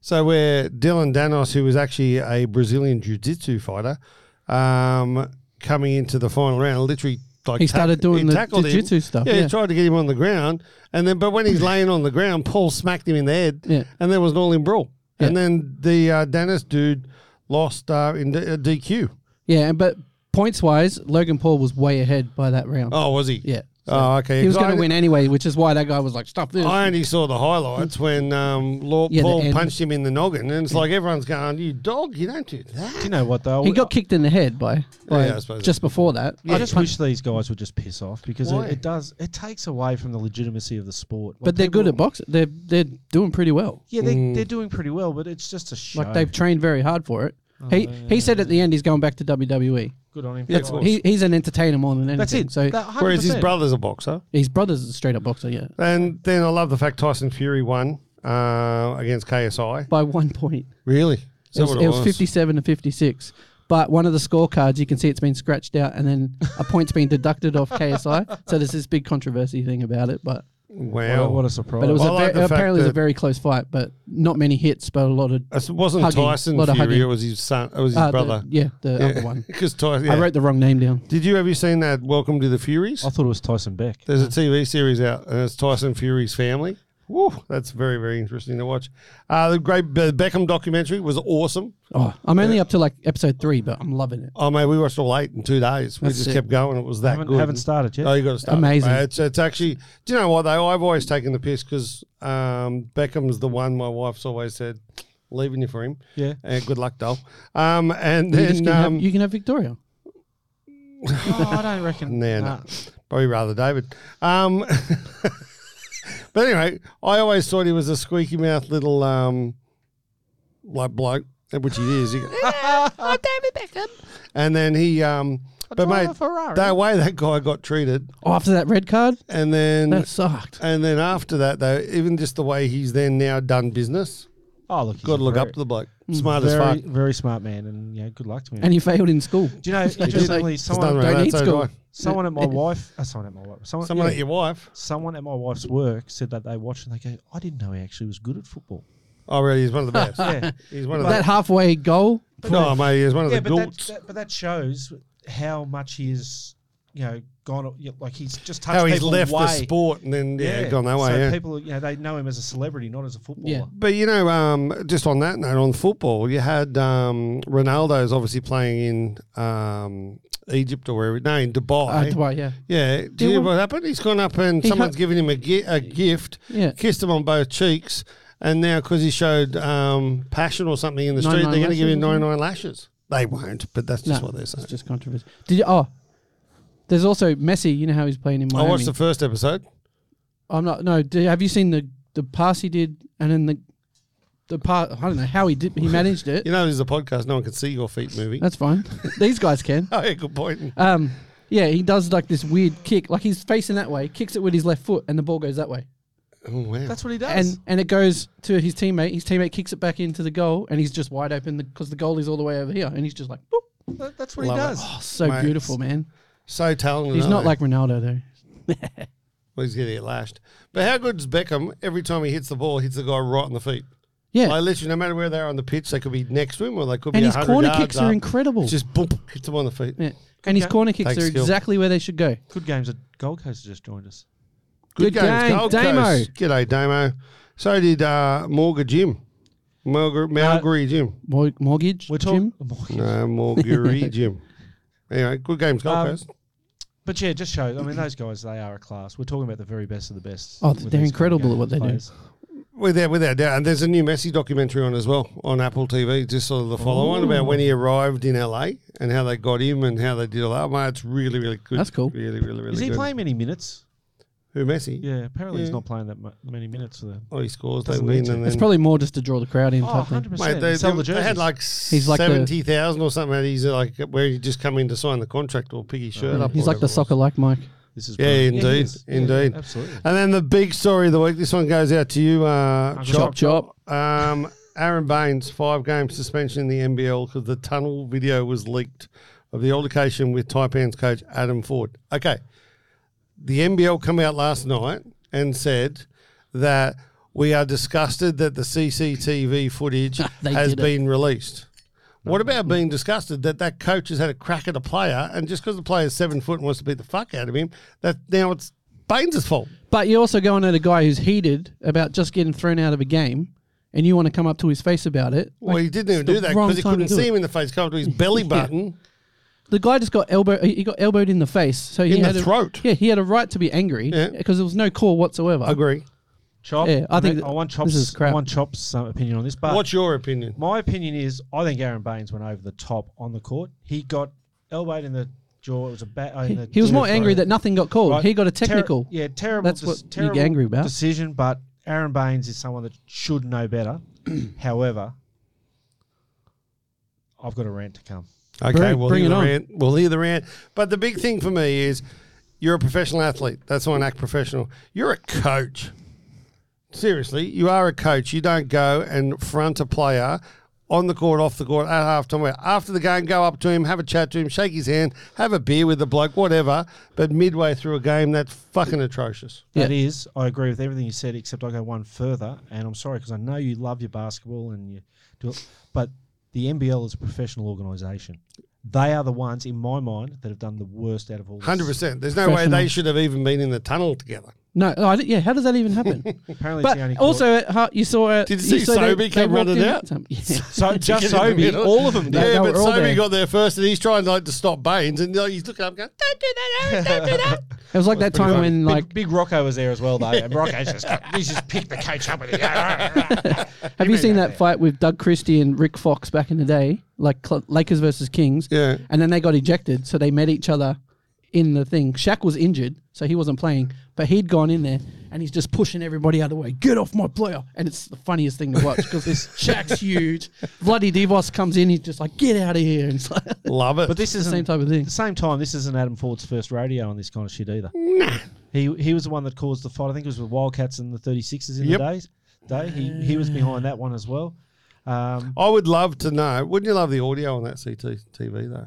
So where Dylan Danos, who was actually a Brazilian jiu-jitsu fighter, um, coming into the final round, literally like He started doing the tackled him. jiu-jitsu stuff, Yeah, he yeah. tried to get him on the ground, and then but when he's laying on the ground, Paul smacked him in the head, Yeah. and there was an all-in brawl. Yeah. And then the uh, Danos dude lost uh, in D- uh, DQ. Yeah, and- but points wise, Logan Paul was way ahead by that round. Oh, was he? Yeah. Oh, okay. He was 'Cause going I- to win anyway, which is why that guy was like, "Stop this." I only saw the highlights when um, Law Yeah, the Paul end. punched him in the noggin, and it's like everyone's going, "You dog, you don't do that." Do you know what though? he got kicked in the head by, by Yeah, I suppose just before that. I just wish these guys would just piss off because Why? it, it does. It takes away from the legitimacy of the sport. Like, but they're good people- at boxing. They're they're doing pretty well. Yeah, they, Mm. they're doing pretty well, but it's just a show. Like they've trained very hard for it. Oh, he he said at the end he's going back to WWE. good on him. That's Good on what- him. He, he's an entertainer more than anything. That's it. So That- 100%. Whereas his brother's a boxer, his brother's a straight up boxer. Yeah, and then I love the fact Tyson Fury won uh, against KSI. by one point. Really? Is It that was, what it was 57 to 56. But one of the scorecards, you can see it's been scratched out and then a point's been deducted off KSI. So there's this big controversy thing about it. But Wow. What a, Oh, what a surprise! but it was I a like ve- the fact apparently it was a that- very close fight, but not many hits, but a lot of. It wasn't Hugging. Tyson Lot of Fury. hugging. It was his son. It was his uh, the- brother. yeah, the other one. Because Tyson. I yeah. wrote the wrong name down. Did you have you seen that Welcome to the Furies? I thought it was Tyson Beck. There's a TV series out, and it's Tyson Fury's family. Woo, that's very, very interesting to watch. Uh, the great Be- Beckham documentary was awesome. Oh, I'm only up to like episode three, but I'm loving it. Oh, man, we watched all eight in two days. We That's just it. kept going. It was that haven't, good. haven't started yet. Oh, you got to start. Amazing. mate. It's, it's actually, do you know what, though? I've always taken the piss because um, Beckham's the one my wife's always said, leaving you for him. Yeah. Uh, good luck, doll. Um, and You, just then. can have, um, you can have Victoria. Oh, I don't reckon. Nah, nah. nah. Probably rather David. Um, but anyway, I always thought he was a squeaky mouth little um, like bloke, which he is. He go, "Yeah, I'm David Beckham. And then he, um, but drive mate, a Ferrari. that way that guy got treated, Oh, after that red card, and then that sucked. and then after that though, even just the way he's then now done business, Oh, look. he's got to a look very, Mm, up to the bloke, smart as very, fuck. very smart man, and yeah, good luck to him. And you failed in school. Do you know, interestingly, There's nothing someone, wrong with don't that, need so do school. I. someone at my wife, uh, someone at my wife, someone, Someone yeah, at your wife. someone at my wife's work said that they watched and they go, I didn't know he actually was good at football. Oh, really? He's one of the best. Yeah. He's one of That the. halfway goal. Uh, No, mate, he's one of yeah, the but that, goats. that- but that shows how much he is, you know, gone. you know, Like he's just touched how he's people left way. the sport and then yeah, gone that way. So yeah. people, you know, they know him as a celebrity, not as a footballer. Yeah. but you know, um, just on that note, on football, you had um, Ronaldo's obviously playing in um, Egypt or wherever. No, in Uh, Dubai. Dubai, yeah. Yeah. Do you hear we- what happened? He's gone up and He someone's cut- given him a, gi- a gift, Yeah. kissed him on both cheeks, and now because he showed um, passion or something in the street, 99 they're going to give him lashes or 99 lashes. They won't, but that's just what they're saying. It's just controversy. Did you? Oh, there's also Messi. You know how he's playing in I Miami. watched the first episode. I'm not. No. Do, have you seen the the pass he did, and then the the part? I don't know how he did. He managed it. You know, this is a podcast. No one can see your feet moving. That's fine. These guys can. oh, yeah, good point. Um. Yeah, he does like this weird kick. Like he's facing that way, kicks it with his left foot, and the ball goes that way. Oh, wow. That's what he does. And and it goes to his teammate. His teammate kicks it back into the goal, and he's just wide open because the goal is all the way over here, and he's just like, boop. That- that's what he Love it. does. Oh, so Mate, beautiful, man. so talented. He's aren't not they? like Ronaldo though. Well, he's going to get lashed. But how good's Beckham? Every time he hits the ball, hits the guy right on the feet. Yeah. Like literally, no matter where they are on the pitch, they could be next to him or they could and be. his 100 corner yards kicks are up. incredible. Just boop, hits him on the feet. Yeah. And his game. corner kicks Takes are skill. exactly where they should go. Good games at Gold Coast just joined us. Good game, Gold Damo. Coast. G'day, Damo. So did uh, Morga Jim, Uh, Morga Malgary Jim, Mor- mortgage, We're Jim? talking, no Morgary Jim. Anyway, good games, Gold Um, Coast. but yeah, just shows. I mean, those guys, they are a class. We're talking about the very best of the best. Oh, with they're these kind of incredible at what games, they do. players. Without, without doubt. And there's a new Messi documentary on as well on Apple TV, just sort of the follow on about when he arrived in LA and how they got him and how they did all that. Mate, it's really, really good. That's cool. Really, really, really Is he good. playing many minutes? Who, Messi? Yeah, apparently he's Yeah. not playing that mu- many minutes for them. Oh, he scores, they Doesn't win. need to. And It's then, probably more just to draw the crowd in. Oh, type thing. 100%. Mate, they, Sell the they had jerseys. like He's like the- 70,000 or something. And he's like, where he just come in to sign the contract or pick his shirt up. He's or whatever like the it was. soccer like Mike. This is Yeah, brilliant. he indeed, is. Yeah, yeah, indeed. absolutely. And then the big story of the week. This one goes out to you, uh, Uncle Chop. Chop. Um, Aaron Baines, five game suspension in the NBL because the tunnel video was leaked of the altercation with Taipan's coach Adam Ford. Okay. The NBL come out last night and said that we are disgusted that the CCTV footage They has did it. been released. What about being disgusted that that coach has had a crack at a player and just because the player's seven foot and wants to beat the fuck out of him, that now it's Baines' fault? But you're also going at a guy who's heated about just getting thrown out of a game, and you want to come up to his face about it. Well, he didn't even it's the do that wrong because he time to couldn't do see it. him in the face, come to his belly button. The guy just got elbow. He got elbowed in the face. So he In the had a- throat. Yeah, he had a right to be angry Yeah. because there was no call whatsoever. Agree. Chop. Yeah, I I, think think that- I want this Chop's. is crap. I want Chop's uh, opinion on this. But What's your opinion? my opinion is, I think Aaron Baines went over the top on the court. He got elbowed in the jaw. It was a bat. uh, in the- He was in the more angry throat. that nothing got called. Right. He got a Ter- technical. yeah, terrible. That's des- what you get terrible angry about. Decision, but Aaron Baines is someone that should know better. However, I've got a rant to come. Okay, Bring- we'll bring hear it the on. rant. We'll hear the rant. But the big thing for me is you're a professional athlete. That's why I act professional. You're a coach. Seriously, you are a coach. You don't go and front a player on the court, off the court, at halftime. After the game, go up to him, have a chat to him, shake his hand, have a beer with the bloke, whatever. But midway through a game, that's fucking atrocious. Yeah. That is, I agree with everything you said, except I go one further, and I'm sorry because I know you love your basketball and you do it, but the NBL is a professional organisation. They are the ones, in my mind, that have done the worst out of all. this. 100%. There's no way Professional. they should have even been in the tunnel together. No, oh, I di- yeah. How does that even happen? Apparently, it's the only but court- also, at Har- you saw it. Did you see Sobey come running out? so just Get in the Sobey, middle. all of them. No, did. yeah, no, but we're all Sobey there. got there first, and he's trying like to stop Baines, and like, he's looking up, going, "Don't do that, Aaron! Don't do that!" It was like that time when Big- like big, Rocco was there as well, though. And Rocco's just he's just picked the coach up with his Have you seen that fight with Doug Christie and Rick Fox back in the day, like Cl- Lakers versus Kings? Yeah. And then they got ejected, so they met each other in the thing. Shaq was injured, so he wasn't playing, but he'd gone in there and he's just pushing everybody out of the way. Get off my player! And it's the funniest thing to watch because Shaq's huge. Bloody Devos comes in, he's just like, get out of here! And it's like Love it. But this the isn't same type of thing. At the same time, this isn't Adam Ford's first rodeo on this kind of shit either. He he was the one that caused the fight. I think it was with Wildcats and the 36ers in Yep. the days. Day he he was behind that one as well. Um, I would love to know. Wouldn't you love the audio on that CCTV though?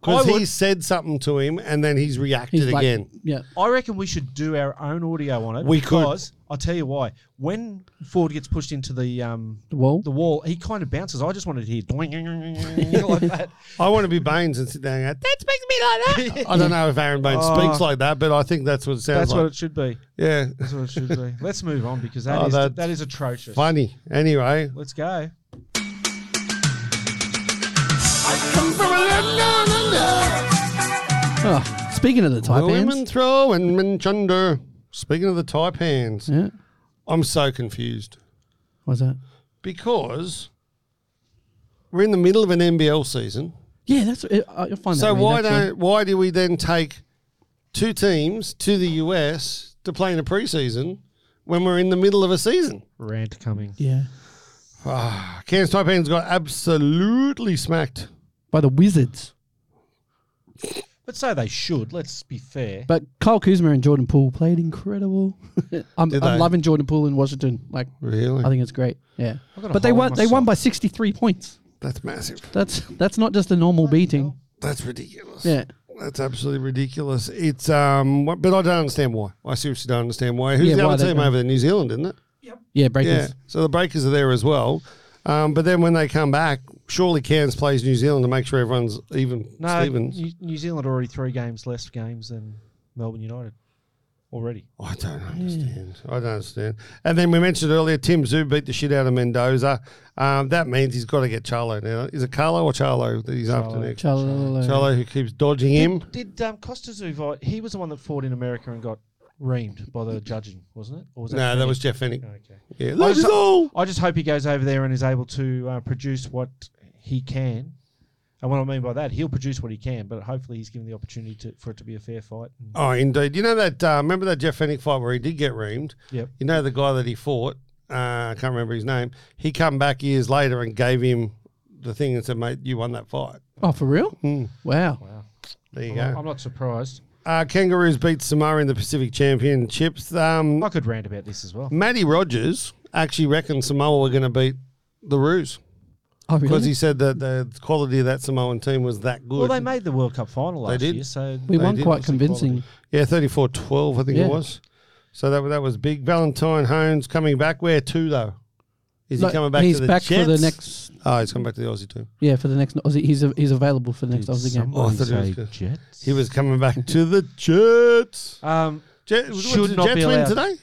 Because I would- he said something to him, and then he's reacted He's like, again. yeah. I reckon we should do our own audio on it. We could. because I'll tell you why. When Ford gets pushed into the um The wall? the wall, he kind of bounces. I just wanted to hear doing like that. I want to be Baines and sit down and go, That makes me like "That-" I don't know if Aaron Baines Oh. speaks like that, but I think that's what it sounds That's like. what it should be. yeah, That's what it should be. Let's move on because Oh, that is that's that is atrocious. funny. Anyway, Let's go. Oh, speaking of the type women hands, throw and men chunder. Speaking of the type hands, yeah. I'm so confused What's that? because we're in the middle of an NBL season. Yeah, that's it, I- I find that. So weird, why actually. don't why do we then take two teams to the US to play in a preseason when we're in the middle of a season? Rant coming. Yeah, Cairns Taipans got absolutely smacked. by the Wizards. But so they should. Let's be fair. But Kyle Kuzma and Jordan Poole played incredible. I'm, Did they? I'm loving Jordan Poole in Washington. Like, Really? I think it's great. Yeah, I've got a but they hole won. in my They won sock. by 63 points. That's massive. That's that's not just a normal beating. That's ridiculous. Yeah, That's absolutely ridiculous. It's um wh- but I don't understand why. I seriously don't understand why. Who's Yeah, the why other they team don't- over there? New Zealand, isn't it? yeah, breakers. Yeah. So the breakers are there as well. Um, but then when they come back, surely Cairns plays New Zealand to make sure everyone's even No, Stevens. New, New Zealand are already three games less games than Melbourne United already. I don't understand. I don't understand. And then we mentioned earlier, Tim Zoo beat the shit out of Mendoza. Um, that means he's got to get Charlo now. Is it Carlo or Charlo that he's after next? Charlo. Chalala. who keeps dodging him. Did um, Costa Zuvai? He was the one that fought in America and got reamed by the judging, wasn't it? Or was No, that Finney? was Jeff Fennick. Okay. Yeah, I that is just, all. I just hope he goes over there and is able to uh, produce what he can. And what I mean by that, he'll produce what he can, but hopefully he's given the opportunity to, for it to be a fair fight. And- Oh, indeed. You know that? Uh, remember that Jeff Fennick fight where he did get reamed? Yep. You know the guy that he fought. Uh, I can't remember his name. He come back years later and gave him the thing and said, "Mate, you won that fight." Oh, for real? Hmm. Wow. Wow. There you I'm, go. Oh, not, I'm not surprised. Uh, Kangaroos beat Samoa in the Pacific Championships. Um, I could rant about this as well. Matty Rogers actually reckoned Samoa were going to beat the Roos Oh, really? because he said that the quality of that Samoan team was that good. Well, they made the World Cup final They last did. year, so we won did. quite It's equality. convincing. yeah, 34-12, I think Yeah. it was. So that that was big. Valentine Holmes coming back. Where to though? Is Like, he coming back? He's to the back for the Jets? next. Oh, he's coming back to the Aussie team. Yeah, for the next Aussie. He's a, he's available for the next Did Aussie game. somebody Oh, I thought it was say good. Jets? He was coming back to the Jets. Um, Jet, was- was Should the not Jets be win allowed. today.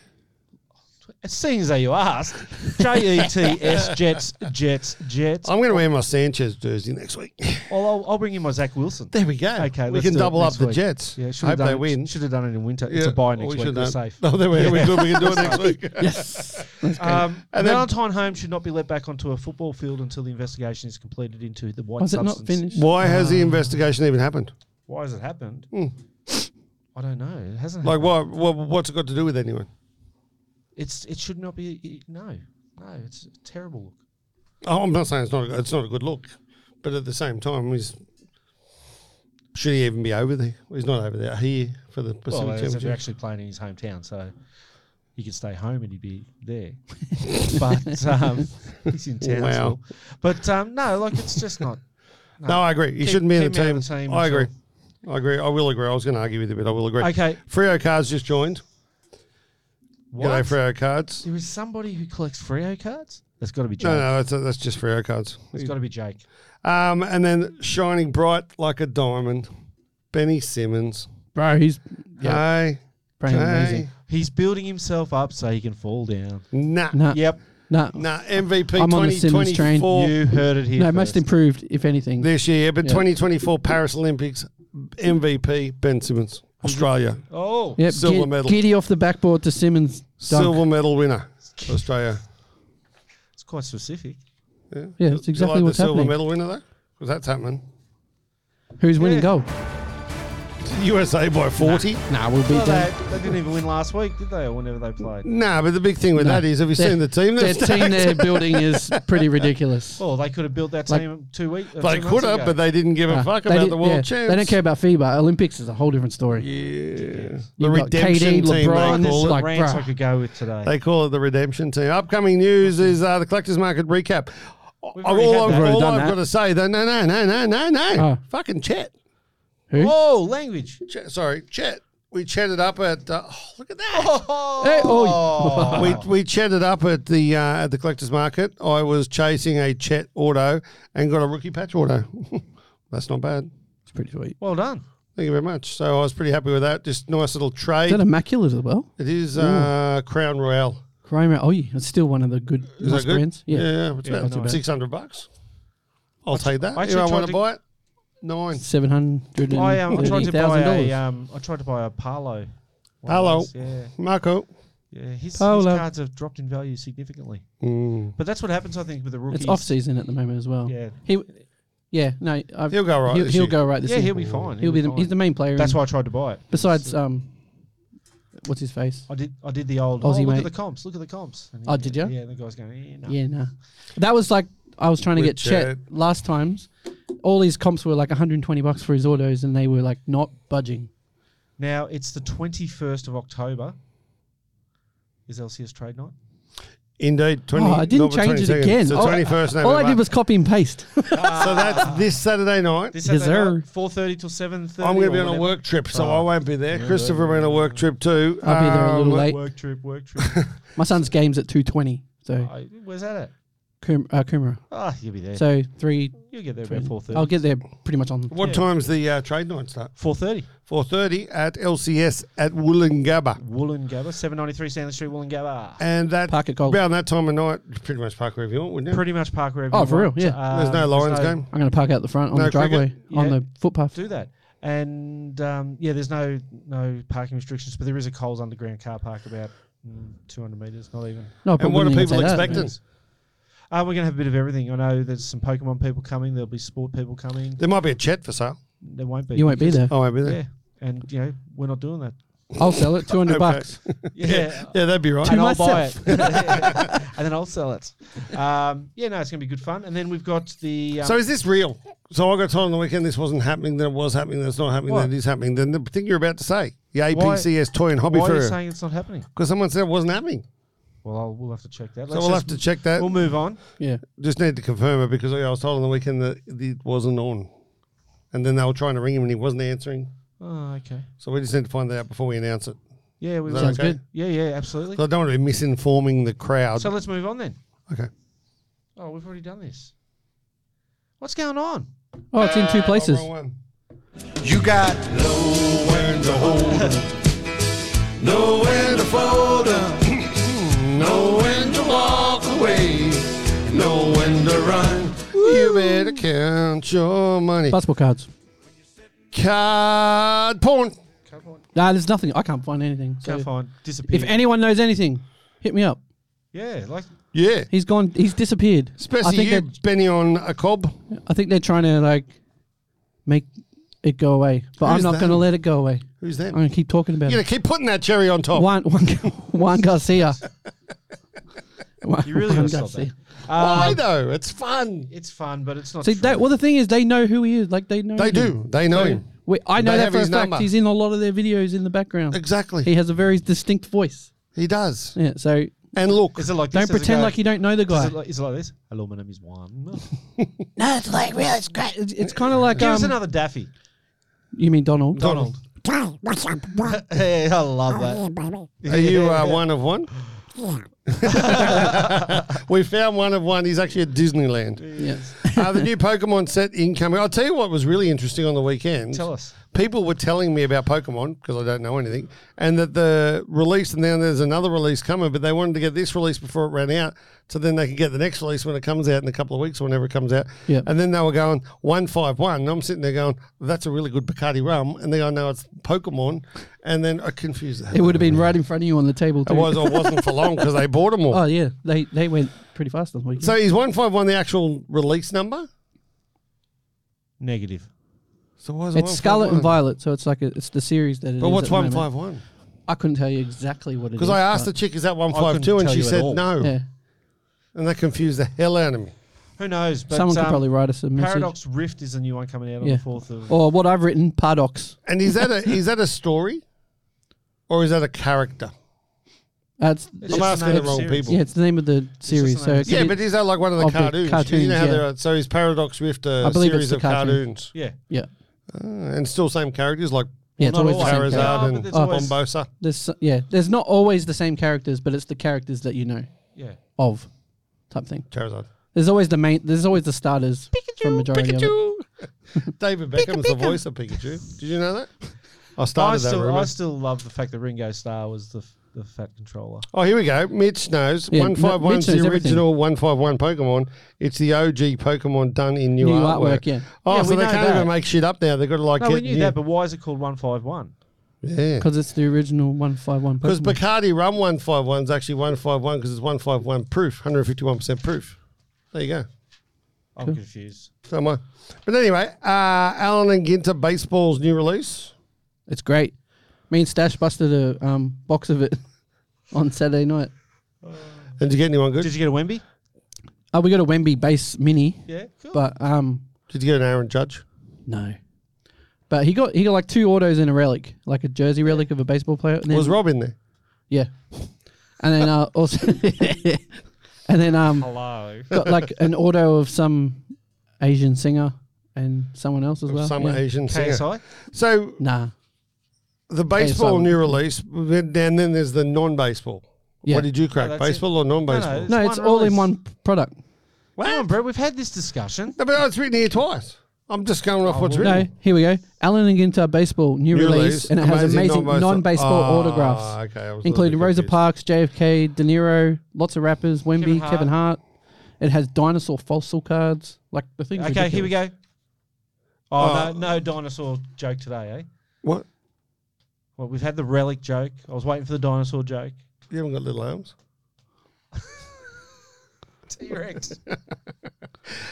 seeing as though you asked, J E T S Jets Jets Jets. I'm going to wear my Sanchez jersey next week. Well, I'll, I'll bring in my Zach Wilson. there we go. Okay, we let's can do it double up next the week. Jets. Yeah, should hope have done they it, win. Should have done it in winter. It's a Yeah. buy Or we next should week. We're have- safe. No, they were, we're good. We can do it next week. Yes. Um, And then- Valentine Holmes should not be let back onto a football field until the investigation is completed into the white Was it substance. not finished? Why has Uh, the investigation even happened? Why has it happened? I don't know. It hasn't. Hmm. Like, happened. what, what, what's it got to do with anyone? It's it should not be. No, no. It's a terrible look. Oh, I'm not saying it's not, a, it's not a good look, but at the same time, he's, should he even be over there? Well, he's not over there. Here for the Pacific Well, he's Championship. actually playing in his hometown, so he could stay home and he'd be there. but um, he's in town. Wow. But um, no, like it's just not. No, I agree. He Keep- shouldn't be in the keep him out team. of the team I until- agree. I agree. I will agree. I was going to argue with you, but I will agree. Okay. Frio Cards just joined. What? G'day, Frio Cards. There is somebody who collects Freo cards. That's got to be Jake. No, no, that's, that's just Frio Cards. It's got to be Jake. Um, and then shining bright like a diamond, Benny Simmons. Bro, he's yeah, Hey, playing hey. amazing. He's building himself up so he can fall down. Nah. No, Yep. no, Nah, MVP I'm on the Simmons train. 2024 You heard it here. no. first. Most improved, if anything. this year, but Yeah. 2024 Paris Olympics MVP Ben Simmons, Australia, Oh. Yep, silver gid- medal. Giddy off the backboard to Simmons. Dunk. silver medal winner, Australia. It's quite specific. Yeah, that's Do you exactly like what's the silver happening. medal winner though, because that's happening. Who's winning Yeah. gold? USA by 40. Nah, we'll beat Well, them. they, they didn't even win last week, did they? Or whenever they played. Nah, but the big thing with No. that is, have you Their- seen the team? Their That's team they're building is pretty ridiculous. Well, they could have built that Like- team two weeks. they could have, but they didn't give a Nah, fuck they about did- the world yeah, champs. They don't care about FIBA. Olympics is a whole different story. Yeah. The You've got redemption KD, team. LeBron, they, call There's it. like, like, rants bruh. I could go with today. They call it the redemption team. Upcoming news is uh, the collectors market recap. We've all I've, already had that. Oh, Already all done I've that. got to say, though, no, no, no, no, no, no. Oh. Fucking chat. Who? oh, language. Ch- sorry, chat. We chatted up at. Uh, oh, look at that. Hey, oh. Oh. We, we chatted up at the uh, at the collectors market. I was chasing a Chet auto and got a rookie patch auto. That's not bad. It's pretty sweet. Well done. Thank you very much. So I was pretty happy with that. Just nice little Is trade. that immaculate as well? it is uh, Crown Royale. Chrome. Oh, yeah, it's still one of the good Is nice that good? brands. Yeah. yeah, it's Yeah, not about too bad. six hundred bucks. I'll take that. I actually Anyone tried want to to- buy it? Nine. Seven hundred I, um, I tried thirty thousand to buy a dollars. um, I tried to buy a Palo. One Palo. of those, Yeah, Marco. yeah. His, his Palo. cards have dropped in value significantly. Mm. But that's what happens, I think, with the rookies. It's off season at the moment as well. Yeah. He, yeah, no, I've, He'll go right He'll, this he'll year. go right this Yeah, year. he'll be fine. He'll be the, fine. he's the main player. That's in- why I tried to buy it. Besides, um, what's his face? I did. I did the old. Aussie oh, look mate. at the comps. Look at the comps. And Oh, did ya? Yeah. The guy's going. Eh, no. Yeah, no. That was like I was trying to With get Chet Chet. last times. All his comps were like 120 bucks for his autos, and they were like not budging. Now it's the twenty first of October. Is LCS trade night? Indeed. 20, oh, I didn't November change it 22nd. again. So All- twenty first. All I did was copy and paste. So that's this Saturday night. This Yes, sir. four thirty till seven thirty. I'm going to be on a work trip, so Oh. I won't be there. Christopher will be on a work trip too. I'll be there a little Um, late. Work trip. Work trip. My son's game's at 220, so I- Where's that at? Coom- uh, Coomera. Ah, you'll be there. So three. you'll get there about four I'll thirty. get there pretty much on. What time's the uh, trade night start? Four thirty. Four thirty at LCS at Wollongabba, Wollongabba, seven ninety three Stanley Street, Wollongabba. and that Park at Gold. around that time of night, you pretty much park wherever you want, wouldn't you? Pretty much park wherever. Oh, you for want. real? Yeah. Uh, there's no Lions game. I'm going to park out the front on No the driveway, cricket? on Yeah. the footpath. do that. And um, yeah, there's no no parking restrictions, but there is a Coles underground car park about mm, 200 meters, not even. No, I probably what are wouldn't even people say that. expecting? Uh, we're going to have a bit of everything. I know there's some Pokemon people coming. There'll be sport people coming. There might be a chat for sale. There won't be. You won't be there. I won't be there. Yeah, and you know we're not doing that. I'll sell it, 200 Okay. bucks. Yeah, Yeah, that'd be right. and I'll myself. buy it, and then I'll sell it. Um, yeah, no, it's going to be good fun. And then we've got the um, So is this real? So I got told on the weekend this wasn't happening, then it was happening, then it's not happening, What? then it is happening. Then the thing you're about to say, the APCS toy and hobby why are you fair, saying it's not happening? because someone said it wasn't happening. Well, I'll, we'll have to check that. So we'll have just- to check that. We'll move on. Yeah. Just need to confirm it because yeah, I was told on the weekend that it wasn't on, and then they were trying to ring him and he wasn't answering. Oh, okay. So we just need to find that out before we announce it. Yeah, we Is that will. Sounds okay? good. Yeah, yeah, absolutely. 'Cause I don't want to be misinforming the crowd. So let's move on then. okay. Oh, we've already done this. What's going on? Oh, it's in two places. Oh, wrong one. You got nowhere to hold 'em, nowhere to fold 'em, Hmm, know when to walk away, know when to run. You better count your money. Basketball cards. Card porn. Can't find. Nah, there's nothing. I can't find anything. So Can't find. Disappeared. if anyone knows anything, hit me up. yeah, like Yeah. He's gone. He's disappeared. I Especially think you, they're- Benny on a cob. I think they're trying to like make it go away, but Who's I'm not that? going to let it go away. Who's I'm them? going to keep talking about You're it. gonna keep putting that cherry on top. Juan Juan, Juan Garcia. Juan, you really Juan gotta stop that. Why Um, though? It's fun. it's fun, but it's not. See, they, true. well, the thing is, they know who he is. Like they know. They him. do. They know him. We, I know They that have for a his fact. number. He's in a lot of their videos in the background. Exactly. He He, has a very distinct voice. does. Yeah. So And look, Is it like this? don't Does it pretend go- like you don't know the Does guy. it like, is it like this? Hello, my name is Juan. no, it's like real. It's great. It's, it's kind of like Give us um, another Daffy. You mean Donald? Donald. hey, I love that. Are you uh, one of one? we found one of one. He's actually at Disneyland. Yes. Uh, the new Pokemon set incoming. I'll tell you what was really interesting on the weekend. Tell us. people were telling me about Pokemon because I don't know anything, and that the release and then there's another release coming, but they wanted to get this release before it ran out, so then they could get the next release when it comes out in a couple of weeks or whenever it comes out. Yeah. And then they were going one five one, and I'm sitting there going, "That's a really good Bacardi rum," and they I know it's Pokemon, and then I confused. It would have been right in front of you on the table. Too. It was. I wasn't for long because they bought them all. Oh yeah, they they went pretty fast on the weekend. So is one five one the actual release number? Negative. So why is it's Scarlet and Violet, so it's like a, it's the series that it is. But what's at the one moment. five one? I couldn't tell you exactly what it is. Because I asked the but- chick, "Is that one I couldn't five two? And tell she you at said all. no, Yeah, and that confused the hell out of me. Who knows? But, someone could um, probably write us a message. Paradox Rift is the new one coming out on Yeah. the fourth of. Or what I've written, Paradox. And is that a is that a story, or is that a character? That's It's I'm just asking name the of wrong series. people. yeah, it's the name of the series. the So name it of could Yeah, be- but is that like one of the Of the cartoons? you cartoons, know how yeah. there are, so is Paradox Rift a I believe series it's the of cartoon. cartoons Yeah. yeah, Uh, and still same characters like yeah, it's Not always the same. always. character. No, Charizard but and it's always- Bombosa? There's s- yeah, there's not always the same characters, but it's the characters that you know Yeah. of, type thing. Charizard. There's always the main. There's always the starters from majority of it. David Beckham's the voice of Pikachu. Did you know that? I I started that still, I rumor. still love the fact that Ringo Starr was the f- the fat controller. Oh, here we go. Mitch knows. Yeah, One five one's Mitch knows the everything. original one five one Pokemon. It's the OG Pokemon done in new, New artwork, yeah. Oh, Yeah, so we they know can't that. even make shit up now. They've got to like No, get we knew new. that, but why is it called one five one? yeah. Because it's the original one five one. Because Bacardi Rum 151 is actually 151 because it's 151 proof, 151% proof. There you go. I'm confused. So am I. But anyway, uh, Alan and Ginter Baseball's new release. It's great. Me and Stash busted a um, box of it on Saturday night. And did you get anyone good? Did you get a Wemby? Oh, we got a Wemby base mini, Yeah. Cool. but um, Did you get an Aaron Judge? no. But he got he got like two autos and a relic, like a jersey relic of a baseball player. And then, Was Rob in there? Yeah, and then uh, also, and then um, Hello. got like an auto of some Asian singer and someone else as well. Some yeah. Asian singer. KSI. So Nah, the baseball KSI. new release, and then there's the non-baseball. Yeah. What did you crack? No, Oh, that's it. baseball or non-baseball? No, No, no, no, It's it's one all in release. one product. Wow, on, Brett. We've had this discussion. but it's written here twice. I'm just going Oh, off what's written. No, here we go. Alan and Ginter baseball new, New release, release, and it has amazing non-baseball- non-baseball Ah, autographs. okay, I was a including little bit Rosa confused. Parks, JFK, De Niro, lots of rappers, Wemby, Kevin Kevin Hart. Hart. It has dinosaur fossil cards, like the things. Okay, here we go. Oh, Oh. no, no dinosaur joke today, eh? What? Well, we've had the relic joke. I was waiting for the dinosaur joke. You haven't got little arms. T Rex.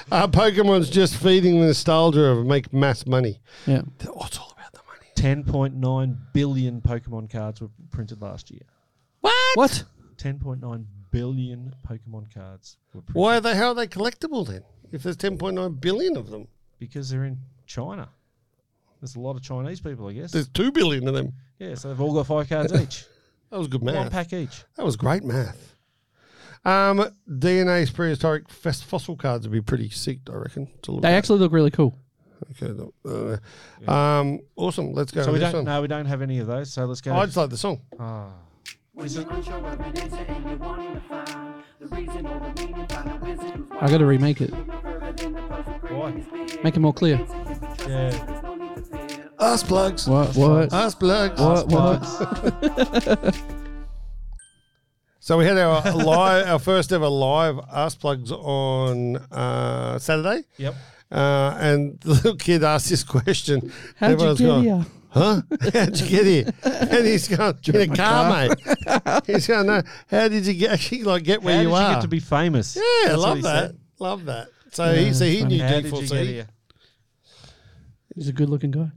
Uh, Pokemon's just feeding the nostalgia of make mass money. Yeah, Oh, it's all about the money. 10.9 billion Pokemon cards were printed last year. what? 10.9 billion Pokemon cards were printed Why are they? How are they collectible then? If there's 10.9 billion of them, because they're in China. There's a lot of Chinese people, I guess. there's two billion of them. Yeah, so they've all got five cards each. That was good One math. pack each. That was great math. Um, DNA's prehistoric fos- fossil cards would be pretty sick, I reckon. To look They at. actually look really cool. Okay, uh, um, awesome. Let's go. So to we this don't one. no, we don't have any of those, so let's go. I just like the song. Ah. I got to remake it, why? make it more clear. Yeah. Us plugs. What? What? Us plugs. What? What? So we had our live, our first ever live ass plugs on uh, Saturday, Yep. uh, and the little kid asked this question. How'd you Everyone's get going, here? Huh? How'd you get here? And he's going, in a car, mate. He's going, no, how did you get, actually like get where How you did are? you get to be famous? yeah, That's I what love he that. said. Love that. So he, so he that's knew How did you get D4C. here? He's a good-looking guy.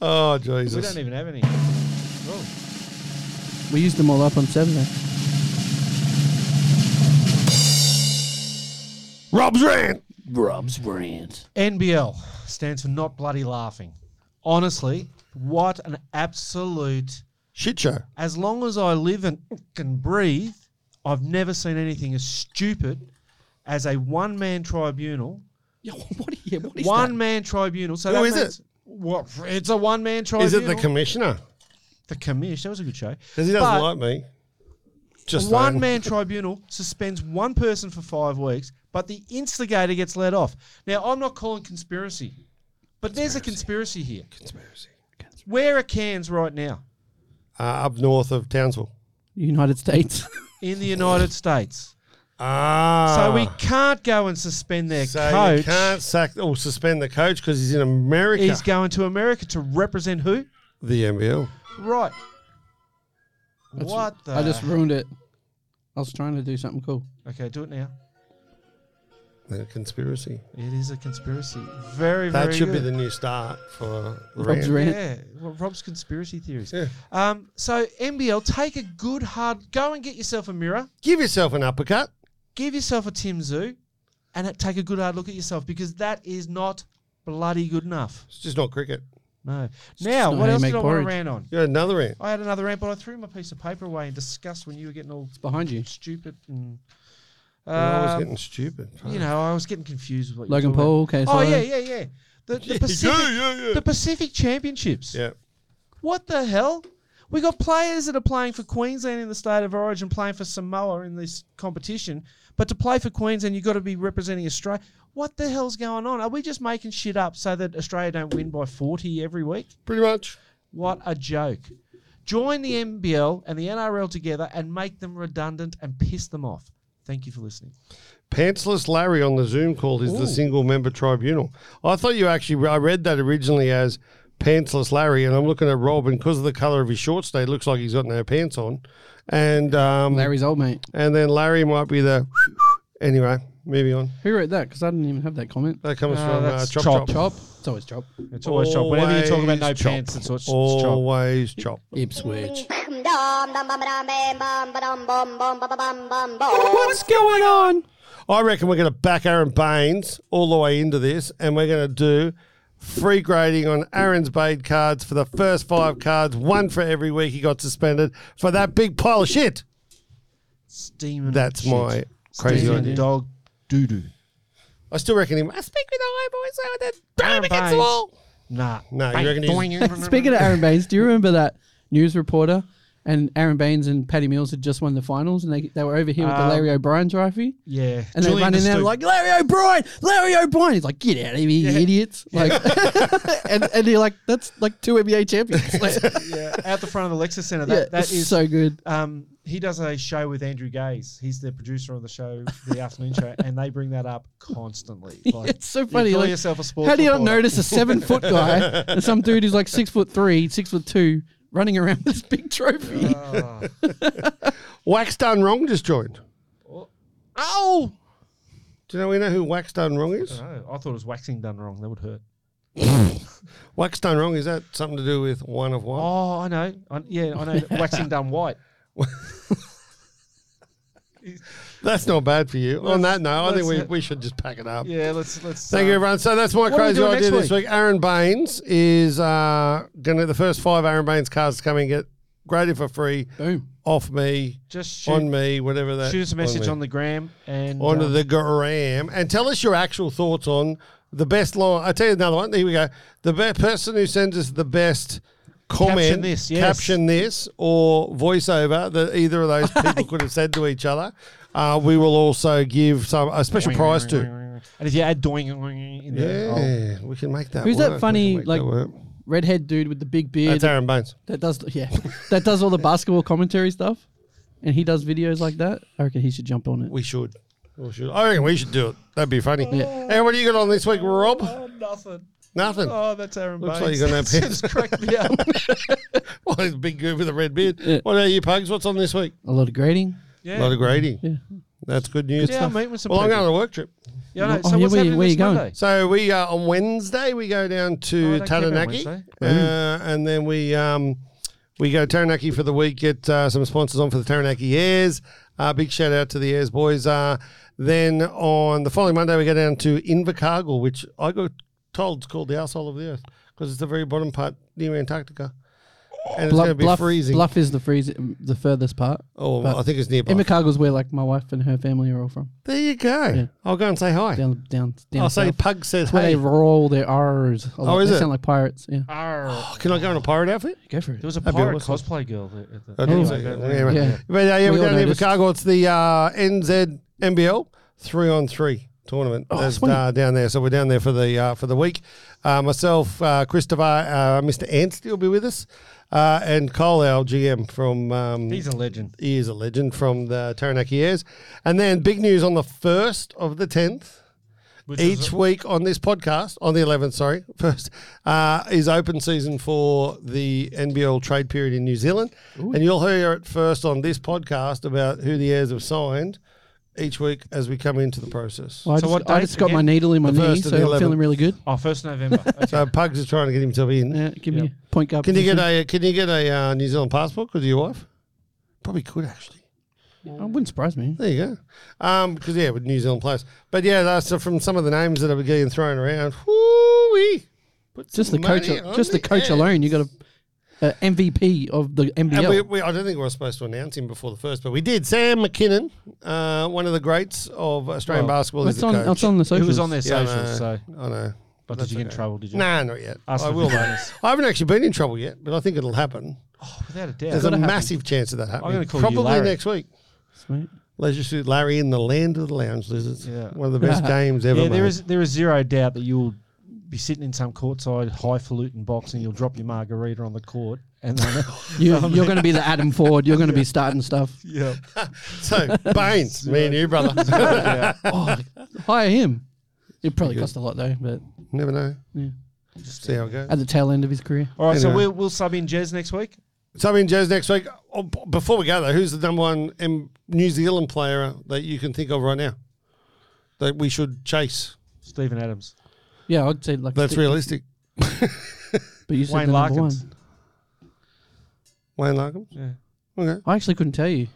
Oh, We don't Jesus. even have any. Oh, We used them all up on Saturday. Rob's rant. Rob's brand. NBL stands for not bloody laughing. Honestly, what an absolute. Shit show. As long as I live and can breathe, I've never seen anything as stupid as a one man tribunal. Yeah, what, are you, what is One that? man tribunal. So Who that Oh, is it? means- What? It's a one man tribunal. Is it the commissioner? the commish? That was a good show. Because he doesn't But- like me. Just one saying. man tribunal suspends one person for five weeks, but the instigator gets let off. Now, I'm not calling conspiracy, But there's a conspiracy here. Conspiracy. Where are cans right now Uh, up north of Townsville. United States. in the United States? Ah. So we can't go and suspend their so coach. you can't sack or suspend the coach because he's in America. He's going to America to represent who? the NBL. Right. That's- what the? I just ruined it. I was trying to do something cool. okay, do it now. The conspiracy. It is a conspiracy. Very, very. That should good. be the new start for the Rob's Rams. Rant. Yeah, well, Rob's conspiracy theories. Yeah. Um, so NBL, take a good hard go and get yourself a mirror, Give yourself an uppercut. give yourself a Tim Zoo, and uh, take a good hard look at yourself because that is not bloody good enough. It's just not cricket. No. not how now, what you else make did I want porridge. to rant on? You had another end. I had another rant, but I threw my piece of paper away in disgust when you were getting all Behind you. stupid and. I was um, getting stupid. you know, I was getting confused with what Logan you were Paul, doing. KSI. Oh yeah, yeah, yeah. The, the Pacific, yeah, the Pacific Championships. yeah. What the hell? We got players that are playing for Queensland in the state of origin, playing for Samoa in this competition, but to play for Queensland, you've got to be representing Australia. What the hell's going on? Are we just making shit up so that Australia don't win by 40 every week? Pretty much. What a joke. Join the NBL and the NRL together and make them redundant and piss them off. Thank you for listening. Pantsless Larry on the Zoom call is the single member tribunal. I thought you actually, I read that originally as Pantsless Larry, and I'm looking at Rob, and because of the color of his shorts today, it looks like he's got no pants on. And um, Larry's old mate. and then Larry might be the. anyway, moving on. Who wrote that? Because I didn't even have that comment. That comes No, from uh, Oh, that's Chop Chop. Chop. Chop. It's always chop. It's always chop. Whenever you talk about no Always chop. pants, it's, it's, it's chop. Always chop. Ipswich. What's going on? I reckon we're going to back Aaron Baines all the way into this, and we're going to do free grading on Aaron's Bade cards for the first five cards, one for every week he got suspended for that big pile of shit. Steaming That's shit. my crazy Steaming idea. dog doo doo. I still reckon he must speak with high voice out there. Throw him Aaron against the Baines. wall. Nah. No, you reckon he's- Speaking of Aaron Baines, do you remember that news reporter and Aaron Baines and Paddy Mills had just won the finals and they, they were over here with the Um, Larry O'Brien trophy? Yeah. And they Julian run in there Destoop. like Larry O'Brien, Larry O'Brien. He's like, get out of here, you idiots! Like, and and you're like, that's like two NBA champions. Like, yeah, out the front of the Lexus Center. yeah, That, that it's is so good. Um, he does a show with Andrew Gaze. He's the producer on the show, the afternoon show, and they bring that up constantly. Like, it's so you funny. call like, yourself a sports how do you not reporter. notice a seven foot guy and some dude who's like six foot three, six foot two, running around with this big trophy? Oh. Wax Done Wrong just joined. Ow! Do you know we know who Wax Done Wrong is? Oh, I thought it was waxing done wrong. That would hurt. Wax Done Wrong is that something to do with one of one? Oh, I know. I, yeah, I know. that waxing done white. That's not bad for you. On that Let's- note, I think we, let's- we should just pack it up. Yeah, let's let's. Thank uh, you, everyone. So that's my What are we crazy doing next idea this week? week. Aaron Baines is uh, going to the first five Aaron Baines cards coming get graded for free Boom. off me, Just shoot, on me, whatever that. shoot us a message on the gram and on um, the gram and tell us your actual thoughts on the best line. I will tell you another one. Here we go. The be- person who sends us the best comment, Caption this, yes. caption this, or voiceover that either of those people could have said to each other. Uh, we will also give some a special prize to. And if you oh, add doing in there, I'll- Yeah, we can make that. Oh. Who's that work. We can funny, make like, that work. Redhead dude with the big beard. That's Aaron Baines. That does yeah. that does all the basketball commentary stuff. And he does videos like that. I reckon he should jump on it. We should. We should. I reckon we should do it. That'd be funny. And what do you got on this week, Rob? Oh, nothing. Nothing. Oh, that's Aaron Looks like Baines. you're gonna have That's just cracked me up. Well, he's a big dude with a red beard. What about you, Pugs? What's on this week? A lot of grading. A lot Yeah, of grading. Yeah. That's good news. yeah I'm meeting with some well, I'm people. going on a work trip. Yeah, I know. Oh, so yeah, what's where you- happening where you this going? Monday? So we uh, on Wednesday we go down Oh, to I don't care about Taranaki, uh, Wednesday. and then we um, we go to Taranaki for the week. Get uh, some sponsors on for the Taranaki Airs. Uh, big shout out to the Airs boys. Uh, then on the following Monday we go down to Invercargill, which I got told is called the asshole of the earth because it's the very bottom part near Antarctica, and it's going to be bluff, freezing. Bluff is the freeze the furthest part. oh, but- I think it's near. Bluff. Invercargill's where like my wife and her family are all from. there you go. I'll go and say hi. Down down down. Oh, I'll say south. Pug says That's where hey. they roll their R's. a lot. is they it? sound like pirates. Yeah. Arr. Can I go in a pirate outfit? Go for it. There was a That'd be pirate awesome. cosplay girl. That, that, I that, didn't anyway, say that- that. Anyway. Yeah. But uh, yeah, We we are all down in noticed. Invercargill. It's the uh, NZ NBL three on three. tournament Oh, that's, sweet. uh, down there. So we're down there for the uh, for the week. Uh, myself, uh, Christopher, uh, Mr. Anstey will be with us, uh, and Cole, our GM from um, He's a legend. he is a legend from the Taranaki Airs. And then big news on the first of the tenth. Which is Each week on this podcast, on the 11th, sorry, first, uh, is open season for the NBL trade period in New Zealand. And you'll hear it first on this podcast about who the heirs have signed each week as we come into the process. Well, I, So just, what I date just got my again? needle in my The knee, first of so the I'm 11th. feeling really good. Oh, first November. Okay. So Pugs is trying to get himself in. Yeah, give Yep. me a point guard. Can you get position. a Can you get a uh, New Zealand passport because of your wife? Probably could actually. Oh, wouldn't surprise me. There you go. Um, because yeah, with New Zealand players. But yeah, that's so from some of the names that are getting thrown around. Whoo-wee. Put Just the some coach, money on just the coach Airs. alone, you got a, a MVP of the And NBL. we, we, I don't think we were supposed to announce him before the first, but we did. Sam McKinnon, uh, one of the greats of Australian Well, basketball, is it's the on, coach. it's on the It socials. was on their Yeah, I socials, know. so. I know. But did you get in trouble? Did you? Nah, not yet. Ask I for will. the bonus. I haven't actually been in trouble yet, but I think it'll happen. Oh, without a doubt. There's a Gotta happen. massive chance of that happening. gonna call you Probably Larry. next week. Sweet. Leisure Suit Larry in the land of the lounge lizards. Yeah. One of the best games ever. Yeah, there made. is there is zero doubt that you'll be sitting in some courtside highfalutin box and you'll drop your margarita on the court and then, You, you're going to be the Adam Ford. You're going to be starting stuff. yeah. So Baines, me and you, brother. Oh, hire him. It probably cost a lot though, but Never know. Yeah. See how it goes. at the tail end of his career, All right, so Anyway. we'll, we'll sub in Jez next week. So in Jazz next week. Oh, b- before we go though, who's the number one M- New Zealand player that you can think of right now that we should chase? Stephen Adams. yeah, I'd say like That's six, realistic. But you said Wayne the number Larkins. one. Wayne Larkham. Yeah. Okay, I actually couldn't tell you.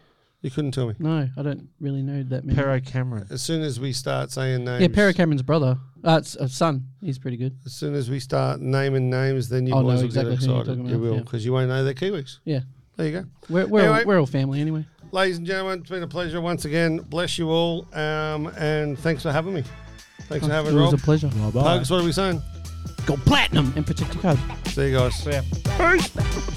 you couldn't tell me. No, I don't really know that many. Perro Cameron. As soon as we start saying names, yeah, Perry Cameron's brother. Uh, it's a son. He's pretty good. As soon as we start naming names, then you I'll boys know will Oh, exactly get who you're excited. talking you about, will, yeah. because you won't know they're Kiwis. Yeah, There you go. we're we're, Anyway. all, we're all family anyway. Ladies and gentlemen, it's been a pleasure once again. Bless you all, um, and thanks for having me. Thanks for it having was a Rob. pleasure. Hugs, what are we saying? Go platinum and protect your card. See you guys. So, yeah.